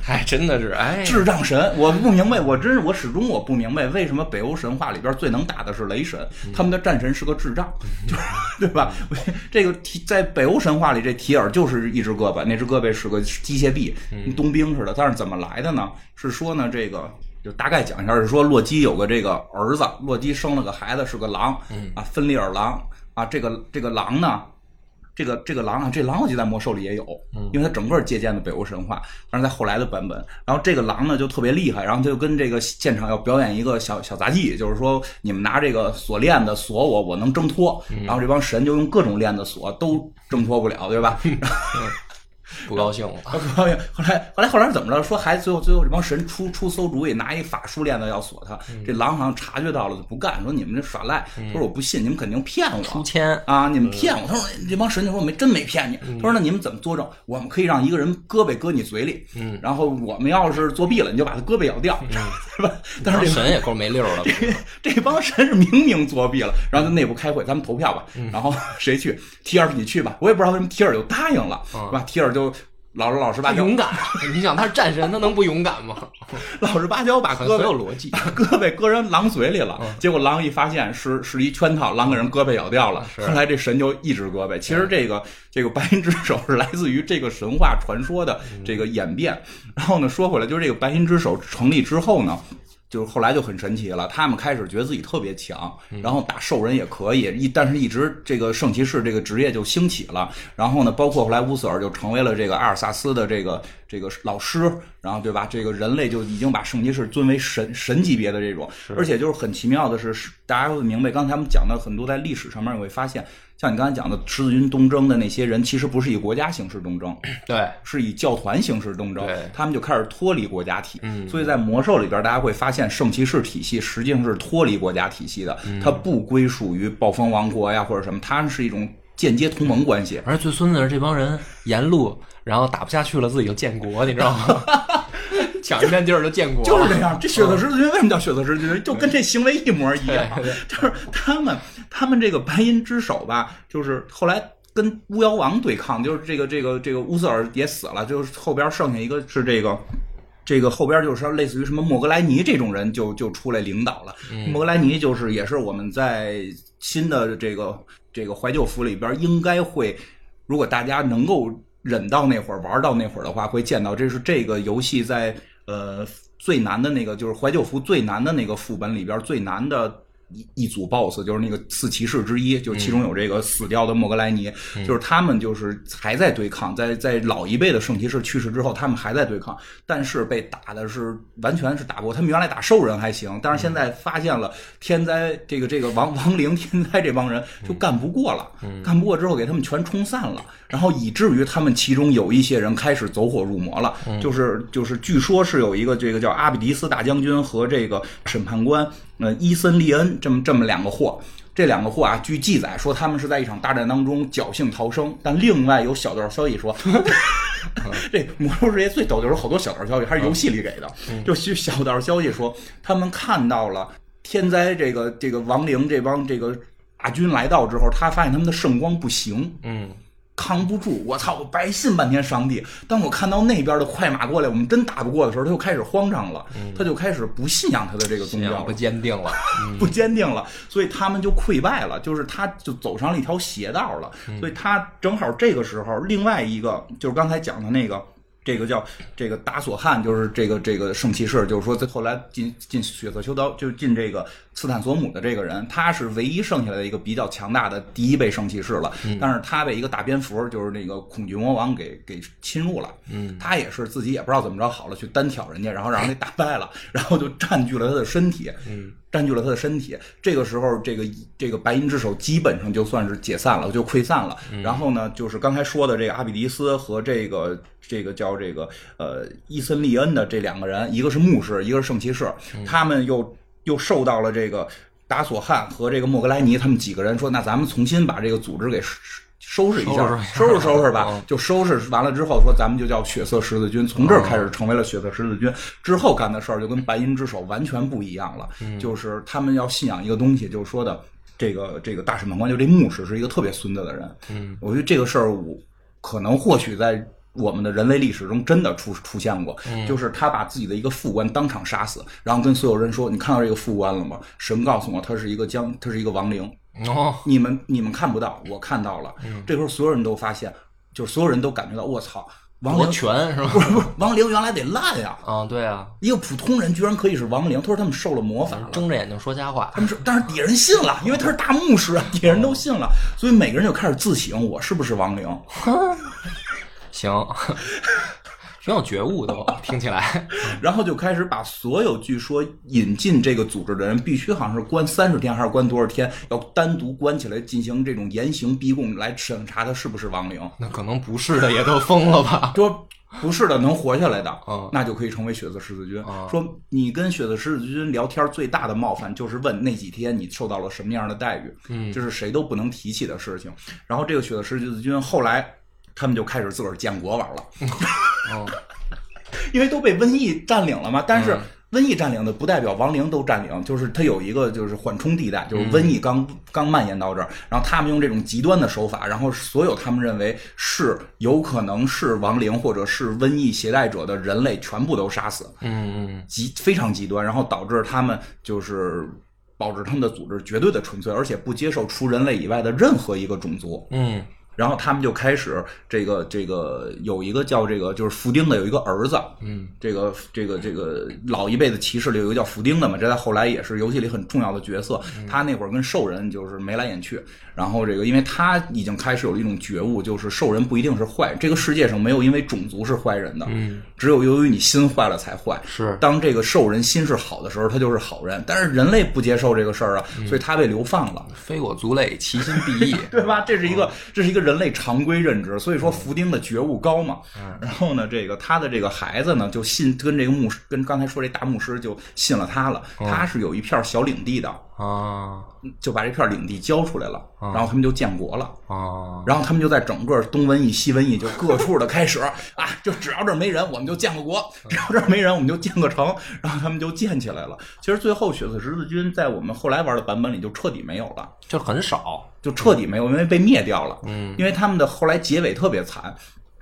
Speaker 1: 还真的是，哎，
Speaker 2: 智障神。我不明白，我真是我始终我不明白，为什么北欧神话里边最能打的是雷神，他们的战神是个智障，就是对吧？ [laughs] 我这个提在北欧神话里，这提尔就是一只胳膊，那只胳膊是个机械臂，跟冬兵似的。但是怎么来的呢？是说呢，这个就大概讲一下，是说洛基有个这个儿子，洛基生了个孩子是个狼，啊，芬利尔狼啊，这个这个狼呢。这个这个狼啊，这狼我记得在魔兽里也有，因为它整个借鉴的北欧神话，但是在后来的版本。然后这个狼呢就特别厉害，然后他就跟这个现场要表演一个小小杂技，就是说你们拿这个锁链子锁我，我能挣脱。然后这帮神就用各种链子锁，都挣脱不了，对吧？
Speaker 1: 不高兴了。
Speaker 2: 后来后来后来后来是怎么着？说还最后最后这帮神出出馊主意，拿一法术链子要锁他。这狼好像察觉到了就不干，说你们这耍赖。他说我不信，你们肯定骗我。
Speaker 1: 出千，
Speaker 2: 啊，你们骗我！他说
Speaker 1: 嗯
Speaker 2: 这帮神就说我没真没骗你。他说那你们怎么作证？我们可以让一个人胳膊搁你嘴里，嗯，然后我们要是作弊了，你就把他胳膊咬掉，是
Speaker 1: 嗯
Speaker 2: 吧？ [laughs] 但是这
Speaker 1: 神也够没溜儿的，
Speaker 2: [laughs] 这帮神是明明作弊了，然后就内部开会，咱们投票吧，
Speaker 1: 嗯
Speaker 2: 然后谁去？提尔你去吧，我也不知道为什么提尔就答应了，
Speaker 1: 嗯
Speaker 2: 是吧？提尔就老老实巴
Speaker 1: 他
Speaker 2: 交，
Speaker 1: 勇敢。你想他是战神，他能不勇敢
Speaker 2: [laughs]
Speaker 1: 吗？
Speaker 2: 老实巴交把
Speaker 1: 很
Speaker 2: 胳
Speaker 1: 很有
Speaker 2: 膊
Speaker 1: 逻
Speaker 2: [laughs]
Speaker 1: 辑。
Speaker 2: 把胳膊搁人狼嘴里了，结果狼一发现是是一圈套，狼给人胳膊咬掉了。后来这神就一只胳膊。其实这个这个白银之手是来自于这个神话传说的这个演变。然后呢，说回来，就是这个白银之手成立之后呢。就是后来就很神奇了，他们开始觉得自己特别强，然后打兽人也可以，一但是一直这个圣骑士这个职业就兴起了。然后呢，包括后来乌瑟尔就成为了这个阿尔萨斯的这个这个老师，然后对吧？这个人类就已经把圣骑士尊为神神级别的这种，而且就是很奇妙的是，是大家会明白，刚才我们讲的很多在历史上面，你会发现，像你刚才讲的十字军东征的那些人，其实不是以国家形式东征，
Speaker 1: 对，
Speaker 2: 是以教团形式东征
Speaker 1: 对，
Speaker 2: 他们就开始脱离国家体。所以在魔兽里边，大家会发现圣骑士体系实际上是脱离国家体系的，它不归属于暴风王国呀或者什么，它是一种间接同盟关系。
Speaker 1: 而且最孙子是这帮人沿路，然后打不下去了，自己就建国，你知道吗？ [laughs] 抢一片地儿就建国，
Speaker 2: 就是这样，这血色十字军为什么叫血色十字军？就跟这行为一模一样，就是他们他们这个白银之手吧，就是后来。跟巫妖王对抗，就是这个这个这个乌瑟尔也死了，就是后边剩下一个是这个这个后边就是说类似于什么莫格莱尼这种人就就出来领导了。莫格莱尼就是也是我们在新的这个这个怀旧服里边应该会，如果大家能够忍到那会儿玩到那会儿的话，会见到这是这个游戏在呃最难的那个就是怀旧服最难的那个副本里边最难的。一一组 BOSS 就是那个四骑士之一，就是其中有这个死掉的莫格莱尼，就是他们就是还在对抗，在在老一辈的圣骑士去世之后，他们还在对抗，但是被打的是完全是打不过。他们原来打兽人还行，但是现在发现了天灾这个这个亡亡灵天灾这帮人就干不过了，干不过之后给他们全冲散了，然后以至于他们其中有一些人开始走火入魔了，就是就是据说是有一个这个叫阿比迪斯大将军和这个审判官。呃，伊森利恩这么这么两个货，这两个货啊，据记载说他们是在一场大战当中侥幸逃生，但另外有小道消息说，这魔兽世界最逗就是好多小道消息，还是游戏里给的，就就小道消息说他们看到了天灾这个这个亡灵这帮这个大军来到之后，他发现他们的圣光不行，
Speaker 1: 嗯，
Speaker 2: 扛不住，我操！我白信半天上帝。当我看到那边的快马过来，我们真打不过的时候，他就开始慌张了，他就开始不信仰他的这个
Speaker 1: 信
Speaker 2: 宗教了
Speaker 1: 仰不坚定了。
Speaker 2: [laughs] 不坚定了，所以他们就溃败了，就是他就走上了一嗯条邪道了。所以他正好这个时候，另外一个就是刚才讲的那个这个叫这个达索汉，就是这个这个圣骑士，就是说在后来进进血色修道，就进这个斯坦索姆的这个人，他是唯一剩下来的一个比较强大的第一辈圣骑士了。但是他被一个大蝙蝠，就是那个恐惧魔王给给侵入了。嗯，他也是自己也不知道怎么着好了，去单挑人家，然后让人给打败了，然后就占据了他的身体。嗯。占据了他的身体。这个时候，这个这个白银之手基本上就算是解散了，就溃散了。然后呢，就是刚才说的这个阿比迪斯和这个这个叫这个呃伊森利恩的这两个人，一个是牧师，一个是圣骑士，他们又又受到了这个达索汉和这个莫格莱尼他们几个人说，那咱们重新把这个组织给。收拾一下， [laughs] 收
Speaker 1: 收
Speaker 2: 拾
Speaker 1: 拾
Speaker 2: 收拾吧
Speaker 1: 嗯，
Speaker 2: 就收拾完了之后，说咱们就叫血色十字军，从这儿开始成为了血色十字军。之后干的事儿就跟白银之手完全不一样了，就是他们要信仰一个东西，就是说的这个这个大审判官，就这牧师是一个特别孙子的人。嗯，我觉得这个事儿，我可能或许在我们的人类历史中真的出出现过，就是他把自己的一个副官当场杀死，然后跟所有人说：“你看到这个副官了吗？神告诉我，他是一个将，他是一个亡灵。”
Speaker 1: 哦，
Speaker 2: 你们你们看不到，我看到了。这时候所有人都发现，就是所有人都感觉到，我操，亡
Speaker 1: 多
Speaker 2: 灵
Speaker 1: 全是吧？
Speaker 2: 不是不是亡灵原来得烂呀！
Speaker 1: 啊，对啊，
Speaker 2: 一个普通人居然可以是亡灵，他说他们受了魔法了。
Speaker 1: 睁着眼睛说瞎话
Speaker 2: 他。们说，但是底下人信了，因为他是大牧师啊，底下人都信了，所以每个人就开始自省，我是不是亡灵？
Speaker 1: 行， [laughs] 挺有觉悟的哦，听起来。
Speaker 2: 然后就开始把所有据说引进这个组织的人，必须好像是关三十天还是关多少天，要单独关起来进行这种严刑逼供来审查他是不是亡灵。
Speaker 1: 那可能不是的，也都疯了吧？ [laughs]
Speaker 2: 说不是的，能活下来的，
Speaker 1: 嗯
Speaker 2: 那就可以成为血色十字军。
Speaker 1: 嗯
Speaker 2: 说你跟血色十字军聊天最大的冒犯就是问那几天你受到了什么样的待遇，
Speaker 1: 嗯
Speaker 2: 这是谁都不能提起的事情。然后这个血色十字军后来他们就开始自个儿建国玩了，
Speaker 1: 哦，
Speaker 2: 因为都被瘟疫占领了嘛。但是瘟疫占领的不代表亡灵都占领，就是它有一个就是缓冲地带，就是瘟疫刚刚蔓延到这儿，然后他们用这种极端的手法，然后所有他们认为是有可能是亡灵或者是瘟疫携带者的人类全部都杀死，
Speaker 1: 嗯嗯
Speaker 2: 极非常极端，然后导致他们就是。保持他们的组织绝对的纯粹，而且不接受除人类以外的任何一个种族。
Speaker 1: 嗯，
Speaker 2: 然后他们就开始这个这个有一个叫这个就是福丁的有一个儿子，嗯，这个这个这个老一辈的骑士里有一个叫福丁的嘛，这在后来也是游戏里很重要的角色。他那会儿跟兽人就是眉来眼去，然后这个因为他已经开始有一种觉悟，就是兽人不一定是坏，这个世界上没有因为种族是坏人的，嗯，只有由于你心坏了才坏，
Speaker 1: 是
Speaker 2: 当这个兽人心是好的时候，他就是好人，但是人类不接受这个事儿啊，所以他被流放了。
Speaker 1: 非我族类，其心必异。
Speaker 2: 对吧？这是一个这是一个人类常规认知，所以说福丁的觉悟高嘛。然后呢，这个他的这个孩子呢，就信跟这个牧师，跟刚才说这大牧师就信了他了。他是有一片小领地的，
Speaker 1: 啊
Speaker 2: 就把这片领地交出来了，然后他们就建国了。
Speaker 1: 啊，
Speaker 2: 然后他们就在整个东瘟疫、西瘟疫就各处的开始啊，就只要这儿没人，我们就建个国；只要这儿没人，我们就建个城。然后他们就建起来了。其实最后血色十字军在我们后来玩的版本里就彻底没有了。
Speaker 1: 就很少。
Speaker 2: 就彻底没有，因为被灭掉了。
Speaker 1: 嗯，
Speaker 2: 因为他们的后来结尾特别惨，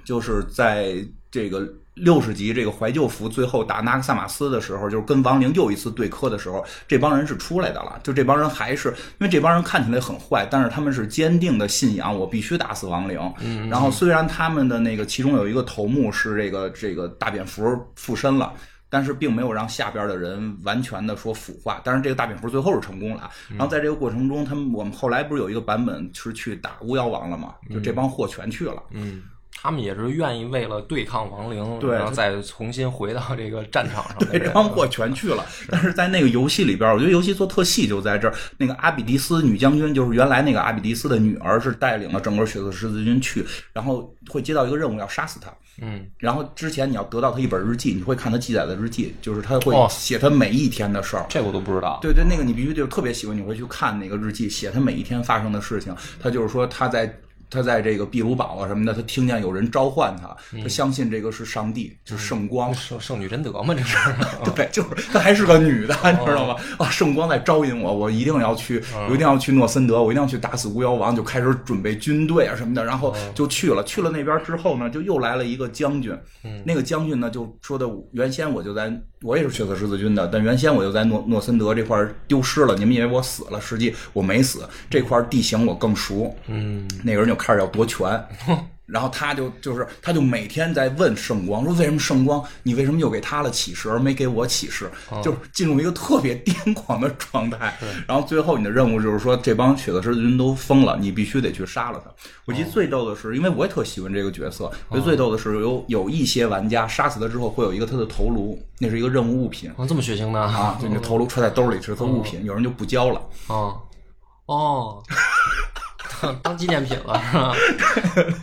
Speaker 2: 就是在这个六十集这个怀旧服最后打纳克萨马斯的时候，就是跟亡灵又一次对磕的时候，这帮人是出来的了。就这帮人还是因为这帮人看起来很坏，但是他们是坚定的信仰我必须打死亡灵。嗯，然后虽然他们的那个其中有一个头目是这个这个大蝙蝠附身了。但是并没有让下边的人完全的说腐化。当然，这个大蝙蝠最后是成功了啊。
Speaker 1: 嗯
Speaker 2: 然后在这个过程中，他们我们后来不是有一个版本是去打巫妖王了吗？就这帮货全去了。
Speaker 1: 嗯，他们也是愿意为了对抗亡灵，
Speaker 2: 对
Speaker 1: 然后再重新回到这个战场上的
Speaker 2: 对，
Speaker 1: 人。
Speaker 2: 这帮货全去了。但是在那个游戏里边，我觉得游戏做特细就在这儿。那个阿比迪斯女将军，就是原来那个阿比迪斯的女儿，是带领了整个血色十字军去，然后会接到一个任务，要杀死他。
Speaker 1: 嗯，
Speaker 2: 然后之前你要得到他一本日记，你会看他记载的日记，就是他会
Speaker 1: 哦
Speaker 2: 写他每一天的事儿。
Speaker 1: 这我都不知道。
Speaker 2: 对对，那个你必须就是特别喜欢，你会去看那个日记，写他每一天发生的事情。他就是说他在他在这个壁炉堡啊什么的，他听见有人召唤他，他相信这个是上帝，就是圣光。
Speaker 1: 哦圣圣女贞德嘛，这是。 [laughs]
Speaker 2: [laughs] 对，就是她还是个女的，你知道吗？啊，圣光在招引我，我一定要去，我一定要去诺森德，我一定要去打死巫妖王，就开始准备军队啊什么的，然后就去了。去了那边之后呢，就又来了一个将军，那个将军呢就说的，原先我就在，我也是血色十字军的，但原先我就在诺诺森德这块儿丢失了，你们以为我死了，实际我没死，这块地形我更熟。嗯，那个人就开始要夺权，然后他就就是他就每天在问圣光说为什么圣光你为什么又给他了启示而没给我启示，就是进入一个特别癫狂的状态。然后最后你的任务就是说这帮血色狮子军都疯了，你必须得去杀了他。我记得最逗的是，因为我也特喜欢这个角色，我觉得最逗的是有有一些玩家杀死他之后会有一个他的头颅，那是一个任务物品。
Speaker 1: 啊，这么血腥呢？
Speaker 2: 啊，就你的头颅揣在兜里是他物品，有人就不交了。 [laughs]
Speaker 1: 啊，哦， [laughs] 当纪念品了是吧？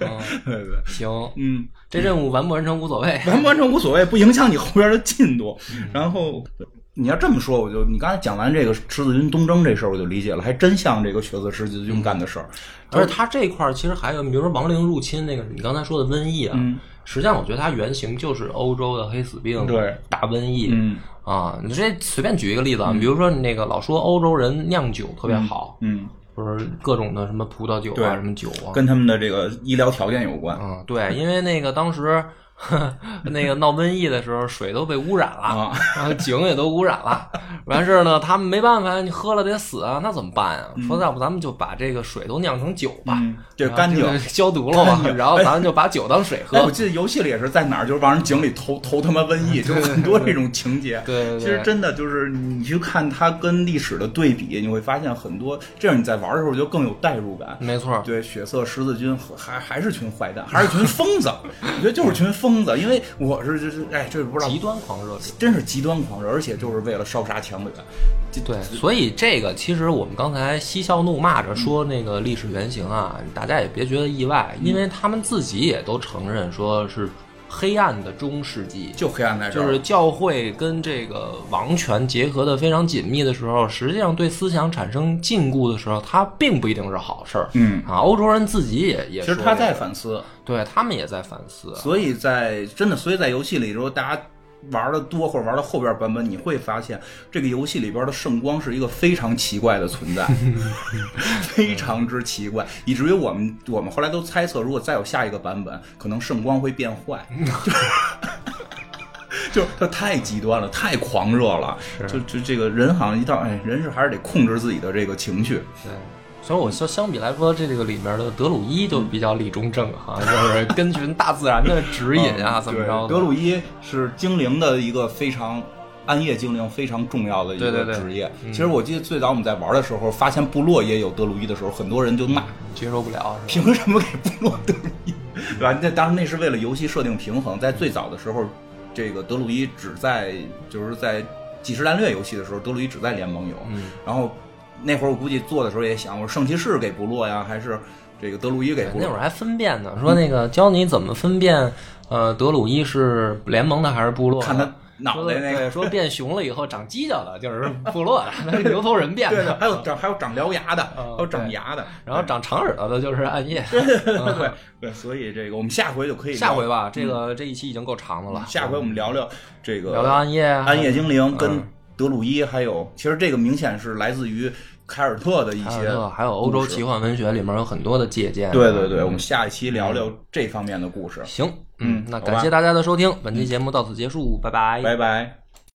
Speaker 1: 嗯，
Speaker 2: 对对，
Speaker 1: 行，
Speaker 2: 嗯，
Speaker 1: 这任务完不完成无所谓。
Speaker 2: 完不完成无所谓，不影响你后边的进度。
Speaker 1: 嗯
Speaker 2: 然后你要这么说，我就你刚才讲完这个狮子军东征这事儿，我就理解了，还真像这个血色狮子军干的事儿。
Speaker 1: [laughs] 而且它这块儿其实还有，比如说亡灵入侵那个你刚才说的瘟疫啊，
Speaker 2: 嗯
Speaker 1: 实际上我觉得它原型就是欧洲的黑死病、
Speaker 2: 对
Speaker 1: 大瘟疫。
Speaker 2: 嗯
Speaker 1: 啊，你这随便举一个例子啊，比如说那个老说欧洲人酿酒特别好，
Speaker 2: 嗯，
Speaker 1: 不是各种的什么葡萄酒
Speaker 2: 对
Speaker 1: 啊、什么酒啊，
Speaker 2: 跟他们的这个医疗条件有关。
Speaker 1: 嗯，对，因为那个当时那个闹瘟疫的时候，水都被污染了，
Speaker 2: 啊
Speaker 1: 然后井也都污染了，完事儿呢，他们没办法，你喝了得死啊，那怎么办啊？说要不咱们就把这个水都酿成酒吧，
Speaker 2: 嗯，这干净
Speaker 1: 然。后就 [laughs] 消毒了嘛，然后咱们就把酒当水喝
Speaker 2: 哎，我。记得游戏里也是在哪儿，就是往人井里投投他妈瘟疫，就是很多这种情节。
Speaker 1: 啊对对对
Speaker 2: 其实真的就是你去看它跟历史的对比，你会发现很多这样你在玩的时候就更有代入感。
Speaker 1: 没错，
Speaker 2: 对，血色十字军和还还是群坏蛋，还是群疯子。我觉得就是群疯子，因为我是就是哎，这不知道
Speaker 1: 极，端狂热者。
Speaker 2: 真是极端狂热，而且就是为了烧杀抢掠。这
Speaker 1: 对，所以这个其实我们刚才嬉笑怒骂着说那个历史原型啊，大家也别觉得意外，
Speaker 2: 嗯
Speaker 1: 因为他们自己也都承认说是黑暗的中世纪，
Speaker 2: 就黑暗在这
Speaker 1: 就
Speaker 2: 儿，
Speaker 1: 是教会跟这个王权结合的非常紧密的时候，实际上对思想产生禁锢的时候，它并不一定是好事儿。
Speaker 2: 嗯，
Speaker 1: 啊，欧洲人自己也也
Speaker 2: 其
Speaker 1: 说
Speaker 2: 实他
Speaker 1: 这
Speaker 2: 在
Speaker 1: 个
Speaker 2: 反思。
Speaker 1: 对他们也在反思。啊
Speaker 2: 所以在真的，所以在游戏里如果大家玩的多或者玩到后边版本，你会发现这个游戏里边的圣光是一个非常奇怪的存在，非常之奇怪，以至于我们我们后来都猜测，如果再有下一个版本，可能圣光会变坏。 [laughs] 就是他太极端了，太狂热了，就就这个人好像一到哎，人是还是得控制自己的这个情绪，
Speaker 1: 对，所以我说相比来说，这个里面的德鲁伊就比较理中正哈、就是根据大自然的指引啊，
Speaker 2: 嗯
Speaker 1: 怎么
Speaker 2: 对
Speaker 1: 着的？
Speaker 2: 德鲁伊是精灵的一个非常。暗夜精灵非常重要的一
Speaker 1: 对对
Speaker 2: 个
Speaker 1: 对嗯
Speaker 2: 职业。其实我记得最早我们在玩的时候，发现部落也有德鲁伊的时候，很多人就骂：
Speaker 1: 接受不了啊是吧？
Speaker 2: 凭什么给部落德鲁伊？对吧？那当然那是为了游戏设定平衡。在最早的时候，这个德鲁伊只在就是在即时战略游戏的时候，德鲁伊只在联盟有。
Speaker 1: 嗯，
Speaker 2: 然后那会儿我估计做的时候也想，我说圣骑士给部落呀，还是这个德鲁伊给部
Speaker 1: 那
Speaker 2: 落
Speaker 1: 会？儿还分辨呢，说那个教你怎么分辨，呃，德鲁伊是联盟的还是部落的？
Speaker 2: 看他脑
Speaker 1: 说
Speaker 2: 袋那个
Speaker 1: 对，说变熊了以后长犄角的，就是部落的，那是牛头人变
Speaker 2: [laughs] 对
Speaker 1: [laughs] 的。
Speaker 2: 的，还有长还有长獠牙的，
Speaker 1: 嗯
Speaker 2: 还有长牙
Speaker 1: [laughs]
Speaker 2: 的，
Speaker 1: 然后长长耳朵的就是暗夜。
Speaker 2: 对对对，所以这个我们下回就可以聊
Speaker 1: 下回吧，这个这一期已经够长的了，
Speaker 2: 嗯下回我们聊聊这个
Speaker 1: 聊聊暗夜啊，
Speaker 2: 暗夜精灵跟德鲁伊，还有其实这个明显是来自于凯尔特的一
Speaker 1: 还
Speaker 2: 些
Speaker 1: 有还有欧洲
Speaker 2: 故事
Speaker 1: 奇幻文学里面有很多的借鉴。啊嗯
Speaker 2: 对对对，我们下一期聊聊这方面的故事，
Speaker 1: 行，嗯
Speaker 2: 嗯，
Speaker 1: 那
Speaker 2: 好
Speaker 1: 感
Speaker 2: 吧嗯
Speaker 1: 谢大家的收听，本期节目到此结束，拜拜。
Speaker 2: 拜拜。